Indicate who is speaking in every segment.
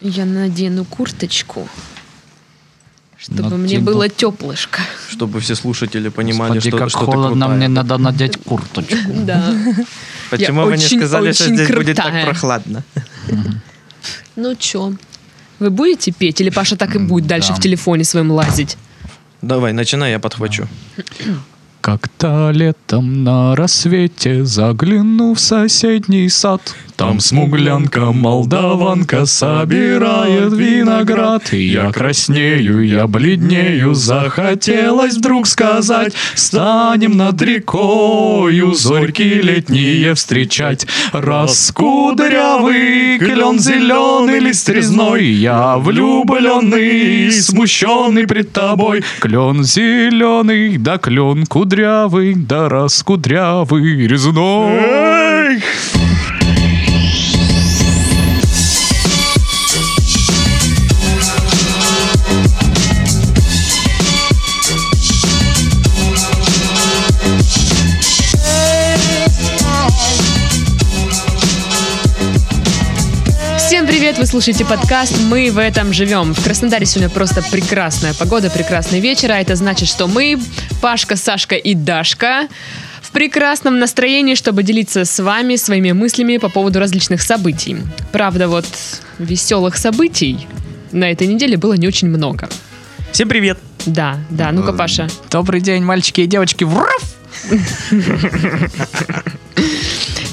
Speaker 1: Я надену курточку, чтобы мне
Speaker 2: Надену.
Speaker 1: было теплышко.
Speaker 3: Чтобы все слушатели понимали,
Speaker 2: Господи,
Speaker 3: что,
Speaker 2: как
Speaker 3: что ты
Speaker 2: холодно,
Speaker 3: крутая.
Speaker 2: мне надо надеть курточку.
Speaker 1: Да.
Speaker 3: Почему
Speaker 1: Я
Speaker 3: вы не
Speaker 1: очень-
Speaker 3: сказали, что
Speaker 1: очень
Speaker 3: здесь будет так
Speaker 1: крутая.
Speaker 3: прохладно?
Speaker 1: Ну чё, вы будете петь или Паша так и будет дальше
Speaker 2: Да.
Speaker 1: в телефоне своем лазить?
Speaker 3: Давай, начинай, я подхвачу.
Speaker 2: Как-то летом на рассвете загляну в соседний сад. Там смуглянка, молдаванка собирает виноград. И Я краснею, я бледнею, захотелось вдруг сказать. Станем над рекою зорьки летние встречать. Раскудрявый клен зеленый лист резной, Я влюбленный, смущенный пред тобой. Клен зеленый, да клен кудрявый, да раскудрявый резной.
Speaker 1: Всем привет, вы слушаете подкаст «Мы в этом живем». В Краснодаре сегодня просто прекрасная погода, прекрасный вечер, а это значит, что мы, Пашка, Сашка и Дашка, в прекрасном настроении, чтобы делиться с вами своими мыслями по поводу различных событий. Правда, вот веселых событий на этой неделе было не очень много.
Speaker 3: Всем привет!
Speaker 1: Да, да, ну-ка, Паша.
Speaker 2: Добрый день, мальчики и девочки. Врав!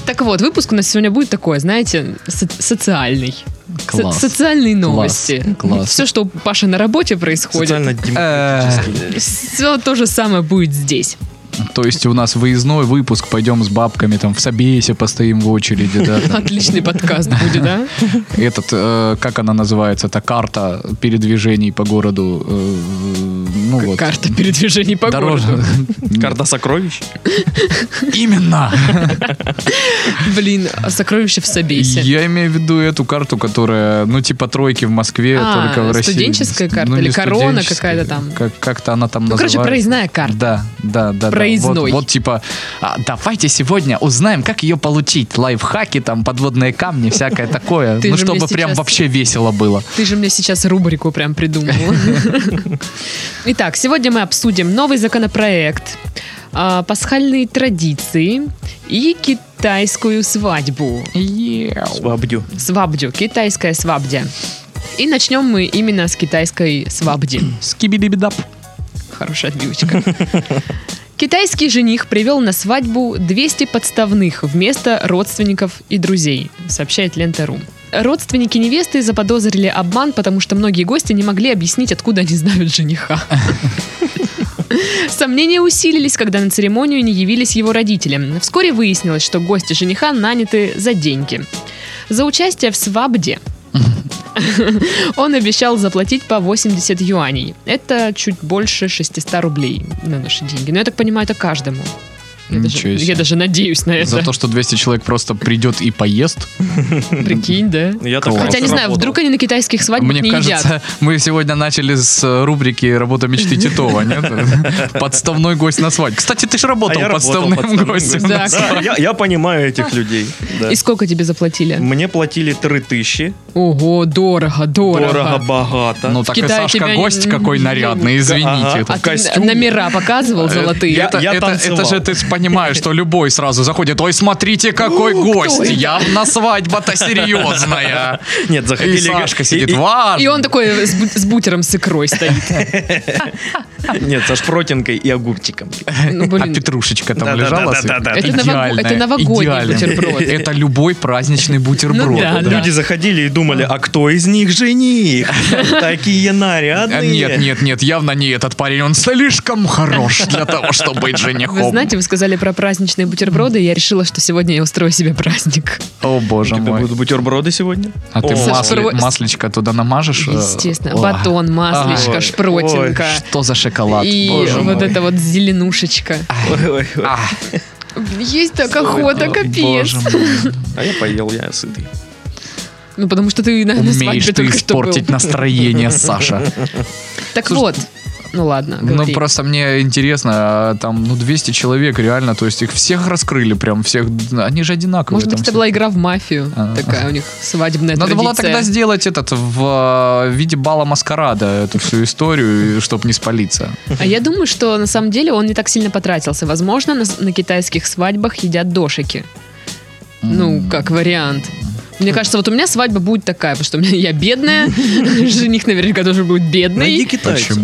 Speaker 1: Так вот, выпуск у нас сегодня будет такой, знаете, со- социальный. Со-
Speaker 2: Класс.
Speaker 1: социальные новости.
Speaker 2: класс.
Speaker 1: Все, что у Паши на работе происходит,
Speaker 2: Э,
Speaker 3: Социально-демократический.
Speaker 1: все то же самое будет здесь.
Speaker 2: То есть у нас выездной выпуск, пойдем с бабками, там в Собесе постоим в очереди, да. там.
Speaker 1: Отличный подкаст будет, да?
Speaker 2: Этот, э, как она называется, эта карта передвижений по городу. э, ну вот.
Speaker 1: Карта передвижений по городу.
Speaker 2: Дороже.
Speaker 3: Карта сокровищ.
Speaker 2: Именно.
Speaker 1: Блин, а сокровище в Собесе.
Speaker 2: Я имею в виду эту карту, которая, ну, типа тройки в Москве,
Speaker 1: А,
Speaker 2: только в России.
Speaker 1: студенческая
Speaker 2: Ну,
Speaker 1: карта
Speaker 2: не
Speaker 1: или корона
Speaker 2: студенческая,
Speaker 1: какая-то там?
Speaker 2: Как- Как-то она там
Speaker 1: Ну, короче,
Speaker 2: называется.
Speaker 1: проездная карта.
Speaker 2: Да, да, да. да.
Speaker 1: Проездной.
Speaker 2: Вот, вот типа, а, давайте сегодня узнаем, как ее получить. Лайфхаки, там, подводные камни, всякое такое.
Speaker 1: Ты
Speaker 2: Ну,
Speaker 1: же
Speaker 2: чтобы
Speaker 1: мне
Speaker 2: прям
Speaker 1: сейчас-
Speaker 2: вообще весело было.
Speaker 1: Ты же мне сейчас рубрику прям придумал. Итак, сегодня мы обсудим новый законопроект, а, пасхальные традиции и китайскую свадьбу.
Speaker 3: Свобдю.
Speaker 1: Свабдю, китайская свабдя. И начнем мы именно с китайской свабди.
Speaker 2: Скибидибидап.
Speaker 1: Хорошая отбивочка. Китайский жених привел на свадьбу 200 подставных вместо родственников и друзей, сообщает Лента.ру. Родственники невесты заподозрили обман, потому что многие гости не могли объяснить, откуда они знают жениха. Сомнения усилились, когда на церемонию не явились его родители. Вскоре выяснилось, что гости жениха наняты за деньги. За участие в свабде он обещал заплатить по 80 юаней. Это чуть больше 600 рублей на наши деньги. Но я так понимаю, это каждому. Я, даже,
Speaker 2: Ничего себе.
Speaker 1: я даже надеюсь на это.
Speaker 2: За то, что 200 человек просто придет и поест.
Speaker 1: Прикинь, да?
Speaker 3: Я
Speaker 2: Класс.
Speaker 3: так
Speaker 1: Хотя не знаю, вдруг они на китайских свадьбах
Speaker 2: Мне
Speaker 1: не едят.
Speaker 2: кажется, мы сегодня начали с э, рубрики «Работа мечты Титова», нет? Подставной гость на свадьбе. Кстати, ты же А работал подставным гостем.
Speaker 1: гостем.
Speaker 2: на
Speaker 1: Да,
Speaker 2: свадьбе.
Speaker 3: Я я понимаю этих людей. да.
Speaker 1: И сколько тебе заплатили?
Speaker 3: Мне платили 3000.
Speaker 1: Ого, дорого, дорого.
Speaker 3: Дорого-богато.
Speaker 2: Ну так и
Speaker 1: Китае
Speaker 2: Сашка
Speaker 1: тебя
Speaker 2: гость
Speaker 1: не-
Speaker 2: какой
Speaker 1: не
Speaker 2: нарядный,
Speaker 1: любят.
Speaker 2: извините.
Speaker 3: Ага.
Speaker 2: Это-
Speaker 1: А
Speaker 3: в
Speaker 1: ты
Speaker 3: костюм.
Speaker 1: номера показывал золотые?
Speaker 3: я-
Speaker 2: Это, это-
Speaker 3: танцевал.
Speaker 2: это же ты понимаешь, что любой сразу заходит. Ой, смотрите, какой гость!
Speaker 1: это?»
Speaker 2: Явно свадьба-то серьезная.
Speaker 3: Нет,
Speaker 2: И
Speaker 3: заходили...
Speaker 2: Сашка
Speaker 3: и-
Speaker 2: сидит,
Speaker 3: и-
Speaker 2: важно.
Speaker 1: И он такой с, бу- с бутером с икрой стоит.
Speaker 3: Нет, со шпротинкой и огурчиком.
Speaker 1: Ну,
Speaker 2: А
Speaker 1: блин.
Speaker 2: петрушечка там
Speaker 3: Да-да-да-да-да.
Speaker 2: лежала? сверху?
Speaker 3: Это
Speaker 1: нового- это
Speaker 2: Идеальная,
Speaker 1: новогодний
Speaker 2: идеальная.
Speaker 1: бутерброд.
Speaker 2: Это любой праздничный бутерброд.
Speaker 1: Ну да,
Speaker 2: да.
Speaker 3: Люди заходили и думали, а кто из них жених? Такие
Speaker 2: А,
Speaker 1: ну
Speaker 3: нарядные.
Speaker 2: Нет, нет, нет, явно не этот парень. Он слишком хорош для того, чтобы быть
Speaker 1: Вы
Speaker 2: женихом.
Speaker 1: знаете, вы сказали про праздничные бутерброды, и я решила, что сегодня я устрою себе праздник.
Speaker 2: О,
Speaker 3: У
Speaker 2: боже
Speaker 3: тебя
Speaker 2: мой.
Speaker 3: будут бутерброды сегодня?
Speaker 2: А ты
Speaker 3: О,
Speaker 1: Со
Speaker 2: масли-
Speaker 1: шпро-
Speaker 2: масличко туда намажешь? э,
Speaker 1: Естественно.
Speaker 2: о,
Speaker 1: Батон, масличка,
Speaker 3: Ой,
Speaker 1: шпротинка.
Speaker 2: Что за шоколад?
Speaker 1: И
Speaker 2: Боже
Speaker 1: вот
Speaker 2: мой.
Speaker 1: это вот зеленушечка.
Speaker 3: Ой, ой, ой.
Speaker 2: А,
Speaker 1: Есть так охота,
Speaker 3: это?
Speaker 1: капец.
Speaker 2: боже мой.
Speaker 3: А я поел, я сытый.
Speaker 1: Ну, потому что ты, наверное,
Speaker 2: Умеешь ты испортить настроение, Саша.
Speaker 1: Так
Speaker 2: Слушай,
Speaker 1: вот, Ну ладно,
Speaker 2: Ну,
Speaker 1: говори.
Speaker 2: просто мне интересно, а, там, ну, 200 человек реально, то есть их всех раскрыли прям, всех, они же одинаковые.
Speaker 1: Может быть,
Speaker 2: там
Speaker 1: это
Speaker 2: все.
Speaker 1: была игра в мафию.
Speaker 2: А.
Speaker 1: Такая у них свадебная
Speaker 2: Надо было
Speaker 1: традиция.
Speaker 2: тогда сделать этот в э, виде бала маскарада эту всю историю, чтобы не спалиться.
Speaker 1: А я думаю, что на самом деле он не так сильно потратился. Возможно, на, с- на китайских свадьбах едят дошики. Ну, как вариант. Мне кажется, вот у меня свадьба будет такая, потому что у меня- я бедная, жених наверняка тоже будет
Speaker 2: Ну
Speaker 1: бедный,
Speaker 3: Найди китайцев.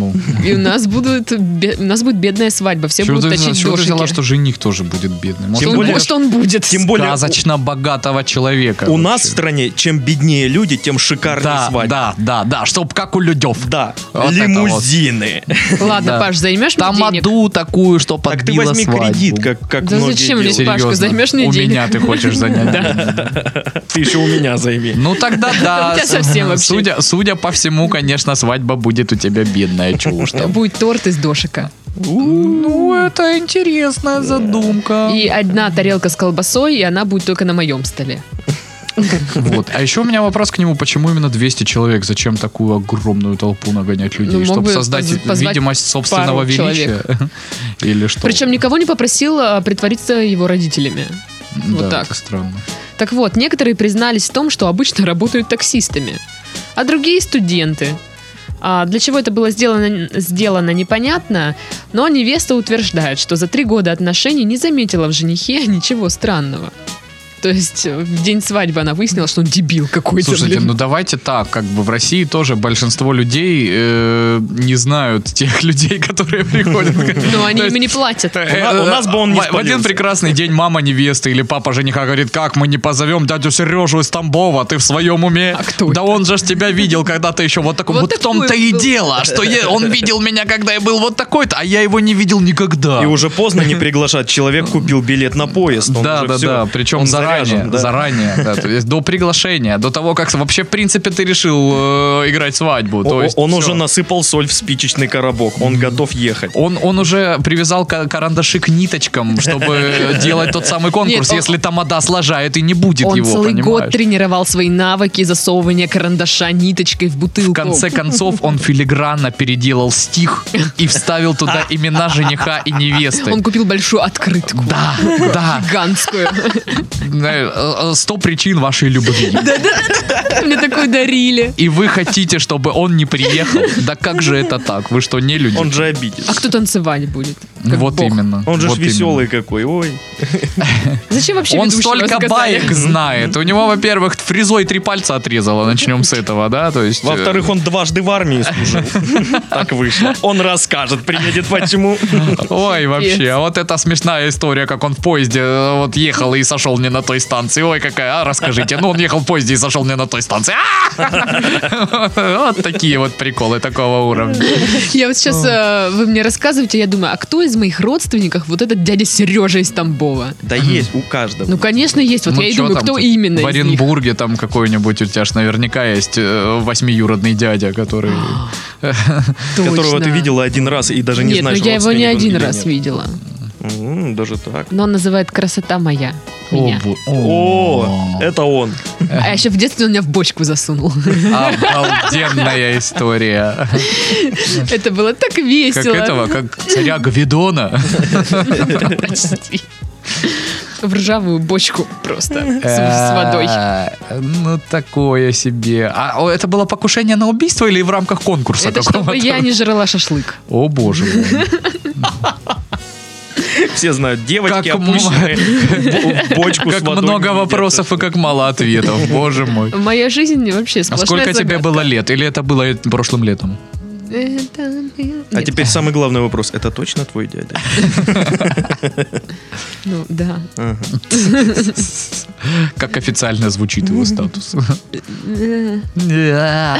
Speaker 1: и у нас, будут, бе- у нас будет бедная свадьба, все
Speaker 2: Чего
Speaker 1: будут
Speaker 2: ты,
Speaker 1: точить
Speaker 2: чего ты взяла,
Speaker 1: дошики.
Speaker 2: что жених тоже будет бедный?
Speaker 1: Что
Speaker 2: Может,
Speaker 3: Тем
Speaker 1: он,
Speaker 2: он
Speaker 3: более-
Speaker 1: бу- что он будет?
Speaker 3: Тем более
Speaker 2: сказочно богатого человека.
Speaker 3: у, у нас в
Speaker 2: вообще.
Speaker 3: стране, чем беднее люди, тем шикарнее
Speaker 2: да,
Speaker 3: свадьба.
Speaker 2: да, да, да, чтоб как у людев.
Speaker 3: Да,
Speaker 2: Вот это
Speaker 3: лимузины.
Speaker 1: Ладно,
Speaker 2: Да.
Speaker 1: Паш, займешь мне денег?
Speaker 2: Тамаду такую, что подбила
Speaker 3: Так ты возьми
Speaker 2: свадьбу.
Speaker 3: кредит, как, как
Speaker 1: Да
Speaker 3: многие
Speaker 1: зачем мне
Speaker 3: делают.
Speaker 1: Пашка,
Speaker 2: Серьезно,
Speaker 1: займешь мне
Speaker 2: у
Speaker 1: денег?
Speaker 2: меня ты хочешь занять деньги.
Speaker 3: Ты еще у меня займи.
Speaker 2: Ну тогда да.
Speaker 1: У тебя совсем вообще.
Speaker 2: Судя, судя по всему, конечно, свадьба будет у тебя бедная, чего уж там.
Speaker 1: Будет торт из дошика.
Speaker 2: Ну, это интересная задумка.
Speaker 1: И одна тарелка с колбасой, и она будет только на моем столе.
Speaker 2: Вот. А еще у меня вопрос к нему, почему именно 200 человек? Зачем такую огромную толпу нагонять людей?
Speaker 1: Ну, мог
Speaker 2: чтобы
Speaker 1: бы
Speaker 2: создать
Speaker 1: поз- позвать
Speaker 2: видимость собственного
Speaker 1: пару
Speaker 2: величия?
Speaker 1: человек.
Speaker 2: Или что?
Speaker 1: Причем никого не попросил а, притвориться его родителями.
Speaker 2: Да,
Speaker 1: вот так.
Speaker 2: это странно.
Speaker 1: Так вот, некоторые признались в том, что обычно работают таксистами, а другие студенты. А для чего это было сделано, сделано, непонятно, но невеста утверждает, что за три года отношений не заметила в женихе ничего странного. То есть э, в день свадьбы она выяснила, что он дебил какой-то.
Speaker 2: Слушайте,
Speaker 1: блин.
Speaker 2: ну давайте так, как бы в России тоже большинство людей э, не знают тех людей, которые приходят.
Speaker 1: Но они
Speaker 2: ну, То есть,
Speaker 1: им не платят.
Speaker 2: э,
Speaker 3: У на- у нас бы он
Speaker 2: в-
Speaker 3: не
Speaker 2: В один
Speaker 3: спалился.
Speaker 2: прекрасный день мама невесты или папа жениха говорит, как мы не позовем дядю Сережу из Тамбова, ты в своем уме.
Speaker 1: А кто
Speaker 2: Да он же ж тебя видел, когда ты еще вот такой.
Speaker 1: Вот
Speaker 2: Вот в
Speaker 1: такой
Speaker 2: том-то и
Speaker 1: был».
Speaker 2: дело, что я- он видел меня, когда я был вот такой-то, а я его не видел никогда.
Speaker 3: И уже поздно не приглашать. Человек купил билет на поезд. он
Speaker 2: Да,
Speaker 3: уже
Speaker 2: да,
Speaker 3: всё,
Speaker 2: да. Причем
Speaker 3: он
Speaker 2: заранее.
Speaker 3: заряжен, да.
Speaker 2: Заранее. да, то есть до приглашения, до того, как вообще, в принципе, ты решил э, играть свадьбу.
Speaker 3: О-
Speaker 2: то есть
Speaker 3: он
Speaker 2: всё.
Speaker 3: уже насыпал соль в спичечный коробок. Он готов ехать.
Speaker 2: Он, он уже привязал ка- карандаши к ниточкам, чтобы делать тот самый конкурс,
Speaker 1: Нет, он-
Speaker 2: если тамада сложает и не будет
Speaker 1: Он
Speaker 2: его,
Speaker 1: целый год
Speaker 2: понимаешь?
Speaker 1: тренировал свои навыки засовывания карандаша ниточкой в бутылку.
Speaker 2: В конце концов, он филигранно переделал стих и вставил туда имена жениха и невесты.
Speaker 1: Он купил большую открытку.
Speaker 2: Да, да.
Speaker 1: Гигантскую.
Speaker 2: Э, э, Сто причин вашей любви.
Speaker 1: Мне такую дарили.
Speaker 2: И вы хотите, чтобы он не приехал? Да как же это так? Вы что, не люди?
Speaker 3: Он же обидится.
Speaker 1: А кто танцевать будет? Как
Speaker 2: Вот
Speaker 1: бог.
Speaker 2: именно.
Speaker 3: Он же ж
Speaker 2: вот именно.
Speaker 3: веселый какой. Ой.
Speaker 1: Зачем вообще
Speaker 2: Он
Speaker 1: ведущего
Speaker 2: столько
Speaker 1: заказали?
Speaker 2: баек знает. У него, во-первых, фрезой три пальца отрезало. Начнем с этого, да? То есть. э,
Speaker 3: Во-вторых, он дважды в армии служил. Так вышло. Он расскажет, приедет почему.
Speaker 2: Ой, вообще, а вот это смешная история, как он в поезде э, вот ехал и сошел не на той станции. Ой, какая, а, расскажите. Ну, он ехал в поезде и сошел не на той станции. А! Вот такие вот приколы такого уровня.
Speaker 1: Я вот сейчас, э, вы мне рассказываете, я думаю, а кто из моих родственников вот этот дядя Сережа из Тамбова?
Speaker 3: Да есть у каждого.
Speaker 1: Ну, конечно, есть. Вот
Speaker 2: Ну,
Speaker 1: я и
Speaker 2: чё
Speaker 1: думаю,
Speaker 2: там
Speaker 1: кто
Speaker 2: ты?
Speaker 1: именно
Speaker 2: В
Speaker 1: из них?
Speaker 2: Оренбурге там какой-нибудь у тебя ж наверняка есть э, восьмиюродный дядя, который...
Speaker 3: Которого
Speaker 1: Точно.
Speaker 3: ты видела один раз и даже не
Speaker 1: Нет,
Speaker 3: знаешь,
Speaker 1: ну я его не
Speaker 3: родственник он
Speaker 1: один
Speaker 3: или
Speaker 1: раз
Speaker 3: нет.
Speaker 1: видела.
Speaker 3: М, Даже так.
Speaker 1: Но он называет «Красота моя». Меня.
Speaker 2: бо-
Speaker 3: О, это он.
Speaker 1: А еще в детстве он меня в бочку засунул.
Speaker 2: Обалденная история.
Speaker 1: Это было так
Speaker 2: Как
Speaker 1: весело.
Speaker 2: этого, как царя Гвидона.
Speaker 1: Почти. В ржавую бочку просто с- с водой.
Speaker 2: Э, Ну, такое себе. А о, это было покушение на убийство или в рамках конкурса
Speaker 1: Это чтобы я
Speaker 2: какого-то?
Speaker 1: не жрала шашлык.
Speaker 2: О, боже мой.
Speaker 3: Все знают, девочки
Speaker 2: Как м-
Speaker 3: опущенные в в бочку с
Speaker 2: Как
Speaker 3: водой не
Speaker 2: много
Speaker 3: едят.
Speaker 2: вопросов и как мало ответов, боже мой.
Speaker 1: Моя жизнь вообще
Speaker 2: А
Speaker 1: сплошная
Speaker 2: сколько тебе
Speaker 1: загадка.
Speaker 2: было лет? Или это было прошлым летом?
Speaker 1: Это было-
Speaker 3: А
Speaker 1: Нет,
Speaker 3: теперь самый главный вопрос. Это точно твой дядя?
Speaker 1: Ну, да.
Speaker 3: Ага.
Speaker 2: Как официально звучит его статус?
Speaker 1: Э,
Speaker 2: Да,
Speaker 3: А,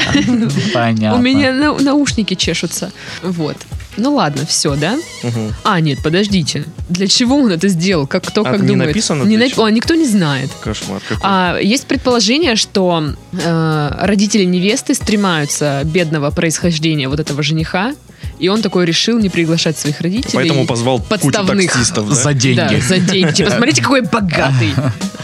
Speaker 2: Понятно.
Speaker 1: У меня на- наушники чешутся. Вот. Ну ладно, все, да?
Speaker 3: Мгм.
Speaker 1: А, нет, подождите. Для чего он это сделал? Как, кто
Speaker 3: А
Speaker 1: как
Speaker 3: не
Speaker 1: думает?
Speaker 3: написано,
Speaker 1: Не
Speaker 3: для
Speaker 1: нап-
Speaker 3: чего?
Speaker 1: А, никто не знает.
Speaker 3: Кошмар какой.
Speaker 1: А, есть предположение, что э, родители невесты стремаются бедного происхождения вот этого жениха И он такой решил не приглашать своих родителей.
Speaker 3: Поэтому позвал кучу
Speaker 1: подставных.
Speaker 3: таксистов. да?
Speaker 2: За деньги.
Speaker 1: Да, за деньги. Типа, смотрите, какой я богатый.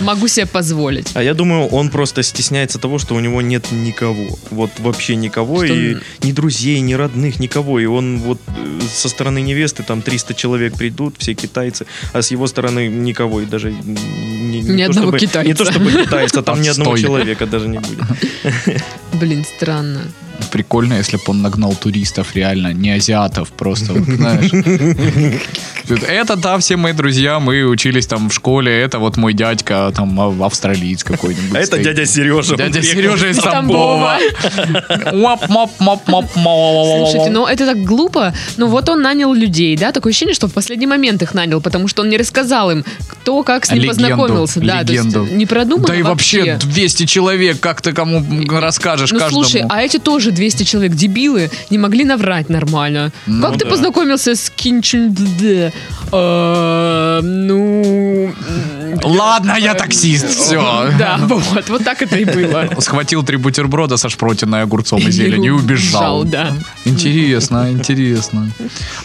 Speaker 1: Могу себе позволить.
Speaker 3: А я думаю, он просто стесняется того, что у него нет никого. Вот вообще никого.
Speaker 1: Что
Speaker 3: И
Speaker 1: он-
Speaker 3: ни друзей, ни родных, никого. И он вот э, со стороны невесты там 300 человек придут, все китайцы, а с его стороны никого. И даже ни,
Speaker 1: Ни одного
Speaker 3: чтобы,
Speaker 1: китайца.
Speaker 3: Не то чтобы китайца, там ни одного
Speaker 2: Отстой.
Speaker 3: человека даже не будет. А
Speaker 1: Блин, странно.
Speaker 2: Прикольно, если бы он нагнал туристов, реально, не азиатов, просто, вот, знаешь. Это, да, все мои друзья, мы учились там в школе, это вот мой дядька, там, ав- австралиец какой-нибудь.
Speaker 3: А это
Speaker 2: стоит.
Speaker 3: дядя Сережа.
Speaker 2: Дядя
Speaker 3: Он приехал.
Speaker 2: Сережа из
Speaker 1: Из
Speaker 2: Тамбова.
Speaker 1: Тамбова. Слушайте, ну это так глупо. Ну вот он нанял людей, да? Такое ощущение, что в последний момент их нанял, потому что он не рассказал им, кто как с ним
Speaker 2: Легенду,
Speaker 1: познакомился. Да, то есть
Speaker 2: легенду.
Speaker 1: не продумано
Speaker 2: Да и вообще 200 человек, как ты кому расскажешь
Speaker 1: Ну
Speaker 2: каждому?
Speaker 1: слушай, а эти тоже 200 человек дебилы не могли наврать нормально.
Speaker 2: Ну
Speaker 1: как ты
Speaker 3: да.
Speaker 1: познакомился с Кинчин Дде? Э, Ну... м,
Speaker 2: Ладно, я таксист, все.
Speaker 1: Да, вот, вот так это и было.
Speaker 2: Схватил три бутерброда со шпротиной, огурцом и зеленью и убежал.
Speaker 1: да.
Speaker 2: Интересно, интересно.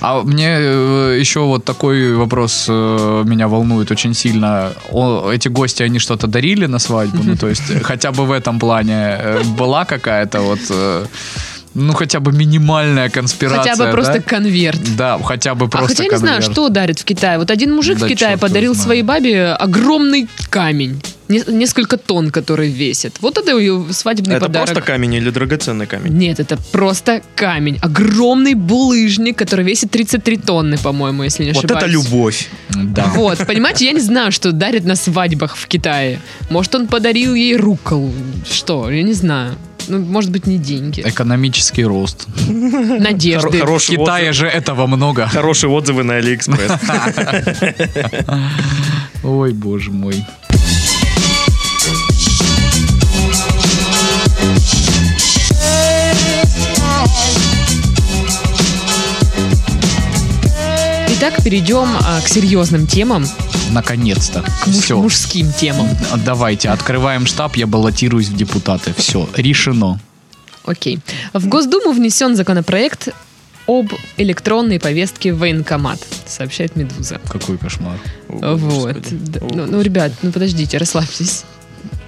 Speaker 2: А мне э, еще вот такой вопрос э, меня волнует очень сильно. О, эти гости, они что-то дарили на свадьбу? Ну, то есть э, хотя бы в этом плане э, была какая-то вот... э, Ну, хотя бы минимальная конспирация.
Speaker 1: Хотя бы просто
Speaker 2: да?
Speaker 1: конверт.
Speaker 2: Да, хотя бы
Speaker 1: А
Speaker 2: просто
Speaker 1: хотя я не знаю,
Speaker 2: конверт.
Speaker 1: что дарит в Китае. Вот один мужик
Speaker 2: Да
Speaker 1: в Китае
Speaker 2: чёрт его
Speaker 1: подарил
Speaker 2: знает.
Speaker 1: своей бабе огромный камень. Не- несколько тонн, который весит. Вот это ее свадебный
Speaker 3: Это
Speaker 1: подарок.
Speaker 3: просто камень или драгоценный камень?
Speaker 1: Нет, это просто камень. Огромный булыжник, который весит 33 тонны, по-моему, если не
Speaker 3: Вот
Speaker 1: ошибаюсь.
Speaker 3: это любовь.
Speaker 2: Да.
Speaker 1: Вот, понимаете, я не знаю, что дарит на свадьбах в Китае. Может, он подарил ей рукол. Что? Я не знаю. Ну, может быть, не деньги.
Speaker 2: Экономический рост.
Speaker 3: Хоро-
Speaker 1: Надежды.
Speaker 2: В
Speaker 3: Хорошие
Speaker 2: Китае
Speaker 1: э,
Speaker 3: отзывы-
Speaker 2: же этого много.
Speaker 3: хорошие отзывы на Алиэкспресс.
Speaker 2: Ой, боже мой.
Speaker 1: Итак, перейдем а, к серьезным темам,
Speaker 2: Наконец-то.
Speaker 1: к муж-
Speaker 2: Все.
Speaker 1: мужским темам.
Speaker 2: Давайте, открываем штаб, я баллотируюсь в депутаты. Все, решено.
Speaker 1: Окей. В Госдуму внесен законопроект об электронной повестке в военкомат, сообщает «Медуза».
Speaker 2: Какой кошмар.
Speaker 3: О,
Speaker 1: вот.
Speaker 3: Господи.
Speaker 1: Да.
Speaker 3: О,
Speaker 1: Ну, ну, ребят, ну подождите, расслабьтесь.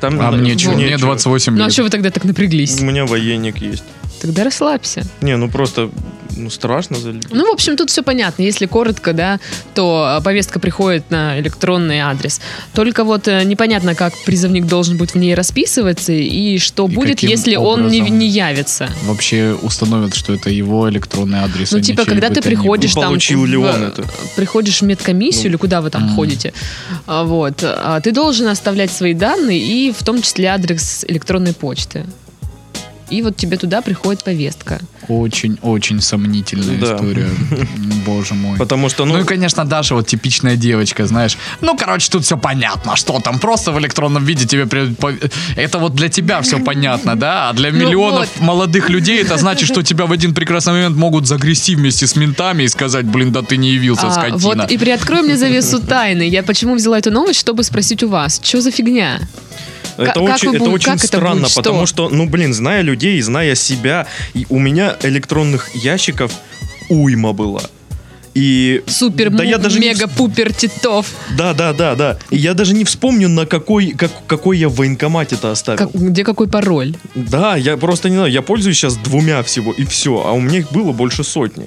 Speaker 3: Там
Speaker 2: А
Speaker 3: надо-
Speaker 2: мне чего?
Speaker 1: вот.
Speaker 2: Мне
Speaker 3: чё?
Speaker 2: 28
Speaker 1: Ну а
Speaker 2: лет.
Speaker 1: что вы тогда так напряглись?
Speaker 3: У меня военник есть.
Speaker 1: Тогда расслабься.
Speaker 3: Не, ну просто ну страшно за людей.
Speaker 1: Ну, в общем, тут все понятно. Если коротко, да, то э, повестка приходит на электронный адрес. Только вот э, непонятно, как призывник должен будет в ней расписываться и что
Speaker 2: И
Speaker 1: будет,
Speaker 2: каким
Speaker 1: если он не,
Speaker 2: образом?
Speaker 1: не явится.
Speaker 2: Вообще установят, что это его электронный адрес.
Speaker 1: Ну,
Speaker 2: а не
Speaker 1: типа,
Speaker 2: чей
Speaker 1: когда
Speaker 2: бы
Speaker 1: ты
Speaker 2: то ни был.
Speaker 1: приходишь там...
Speaker 3: Получил ли
Speaker 1: в-
Speaker 3: он это?
Speaker 1: Приходишь в медкомиссию
Speaker 3: Ну,
Speaker 1: или куда вы там
Speaker 2: мгм.
Speaker 1: ходите, а, вот, а, ты должен оставлять свои данные и в том числе адрес электронной почты. И вот тебе туда приходит повестка.
Speaker 2: Очень-очень сомнительная
Speaker 3: Да.
Speaker 2: история. Боже мой.
Speaker 3: Потому что,
Speaker 2: Ну,
Speaker 3: ну,
Speaker 2: и, конечно, Даша вот типичная девочка, знаешь. Ну, короче, тут все понятно, что там. Просто в электронном виде тебе... при- по- Это вот для тебя все понятно, да? А для
Speaker 1: Ну
Speaker 2: миллионов
Speaker 1: вот.
Speaker 2: молодых людей это значит, что тебя в один прекрасный момент могут загрести вместе с ментами и сказать, блин, да ты не явился,
Speaker 1: А,
Speaker 2: скотина.
Speaker 1: вот и приоткрой мне завесу тайны. Я почему взяла эту новость, чтобы спросить у вас, что за фигня?
Speaker 3: это
Speaker 1: как
Speaker 3: очень,
Speaker 1: вы
Speaker 3: это
Speaker 1: бу-
Speaker 3: очень
Speaker 1: как это
Speaker 3: странно,
Speaker 1: будет? Что?
Speaker 3: потому что, ну, блин, зная людей, и зная себя, и у меня электронных ящиков уйма было. И
Speaker 1: Супер,
Speaker 3: да я
Speaker 1: мук,
Speaker 3: даже не
Speaker 1: мега, пупер, титов.
Speaker 3: да, да, да, да. И я даже не вспомню, на какой, как, какой я в военкомате-то оставил.
Speaker 1: Как- где какой пароль?
Speaker 3: Да, я просто не знаю, я пользуюсь сейчас двумя всего, и все, а у меня их было больше сотни.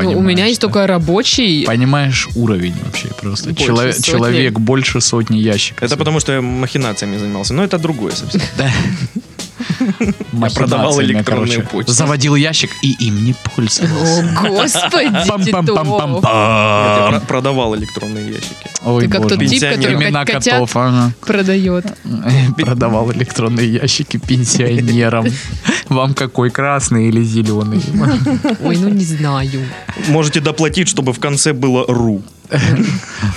Speaker 1: Ну, у меня
Speaker 2: Понимаешь,
Speaker 1: есть
Speaker 2: да?
Speaker 1: только рабочий.
Speaker 2: Понимаешь уровень вообще просто.
Speaker 1: Больше
Speaker 2: Челов-
Speaker 1: сотни.
Speaker 2: Человек больше сотни ящиков.
Speaker 3: Это потому, что я махинациями занимался, но это другое, собственно.
Speaker 2: Махинациями,
Speaker 3: продавал электронную почту.
Speaker 2: Заводил ящик и им не
Speaker 1: О,
Speaker 2: пользовался.
Speaker 1: господи,
Speaker 2: Пам-пам-пам-пам-пам.
Speaker 1: титов.
Speaker 3: Я про- продавал электронные ящики.
Speaker 2: Ой,
Speaker 1: Ты как
Speaker 2: боже
Speaker 1: тот
Speaker 2: мой.
Speaker 1: тип, который
Speaker 2: Имена
Speaker 1: кот- котят
Speaker 2: котов, ага.
Speaker 1: продает.
Speaker 2: Продавал электронные ящики пенсионерам. Вам какой, красный или зеленый?
Speaker 1: Ой, ну не знаю.
Speaker 3: Можете доплатить, чтобы в конце было ру.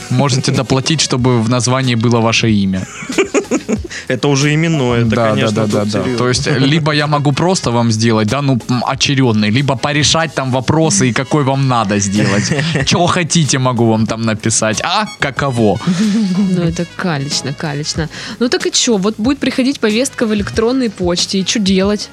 Speaker 2: Можете доплатить, чтобы в названии было ваше имя.
Speaker 3: Это уже именное, это,
Speaker 2: да, да,
Speaker 3: конечно,
Speaker 2: да, да,
Speaker 3: тут
Speaker 2: да.
Speaker 3: серьезно.
Speaker 2: То есть, э, либо я могу просто вам сделать, да, ну, м, очередный, либо порешать там вопросы и какой вам надо сделать. Чего хотите, могу вам там написать. А, каково?
Speaker 1: Ну это калечно, калечно. Ну так и что? Вот будет приходить повестка в электронной почте, и что делать?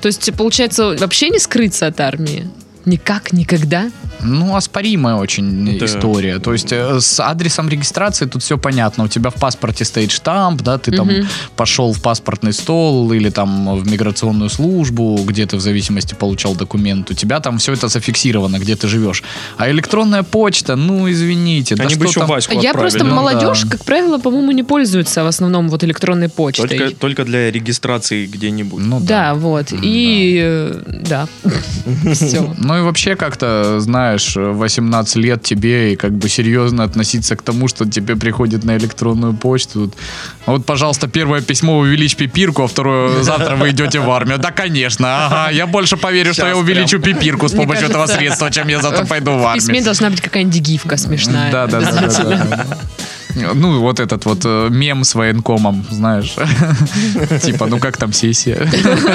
Speaker 1: То есть, получается, вообще не скрыться от армии? Никак, никогда.
Speaker 2: Ну, оспоримая очень
Speaker 3: Да.
Speaker 2: история. То есть э, с адресом регистрации тут все понятно. У тебя в паспорте стоит штамп, да, ты там
Speaker 1: Мгм.
Speaker 2: пошел в паспортный стол или там в миграционную службу, где ты в зависимости получал документ. У тебя там все это зафиксировано, где ты живешь. А электронная почта, ну, извините. да
Speaker 3: Они бы а-
Speaker 2: что
Speaker 3: еще
Speaker 2: там?
Speaker 3: Ваську
Speaker 1: А Я
Speaker 3: отправили.
Speaker 1: просто
Speaker 2: Ну, да.
Speaker 1: молодежь, как правило, по-моему, не пользуется в основном вот электронной почтой.
Speaker 3: Только, только для регистрации где-нибудь.
Speaker 2: Ну, да.
Speaker 1: Да, вот. И э, да. Все.
Speaker 2: Ну и вообще как-то, знаешь, 18 лет тебе и как бы серьезно относиться к тому, что тебе приходит на электронную почту. Вот, ну вот, пожалуйста, первое письмо увеличь пипирку, а второе завтра вы идете в армию. Да, конечно, ага, я больше поверю, что я
Speaker 3: Сейчас
Speaker 2: увеличу пипирку с
Speaker 1: Мне
Speaker 2: помощью этого
Speaker 1: кажется,
Speaker 2: средства, чем я завтра пойду в
Speaker 1: В письме
Speaker 2: армию.
Speaker 1: должна быть какая-нибудь гифка смешная.
Speaker 2: Да, да, да, да, да. Ну, вот этот вот э, мем с военкомом, знаешь. Типа, ну как там сессия?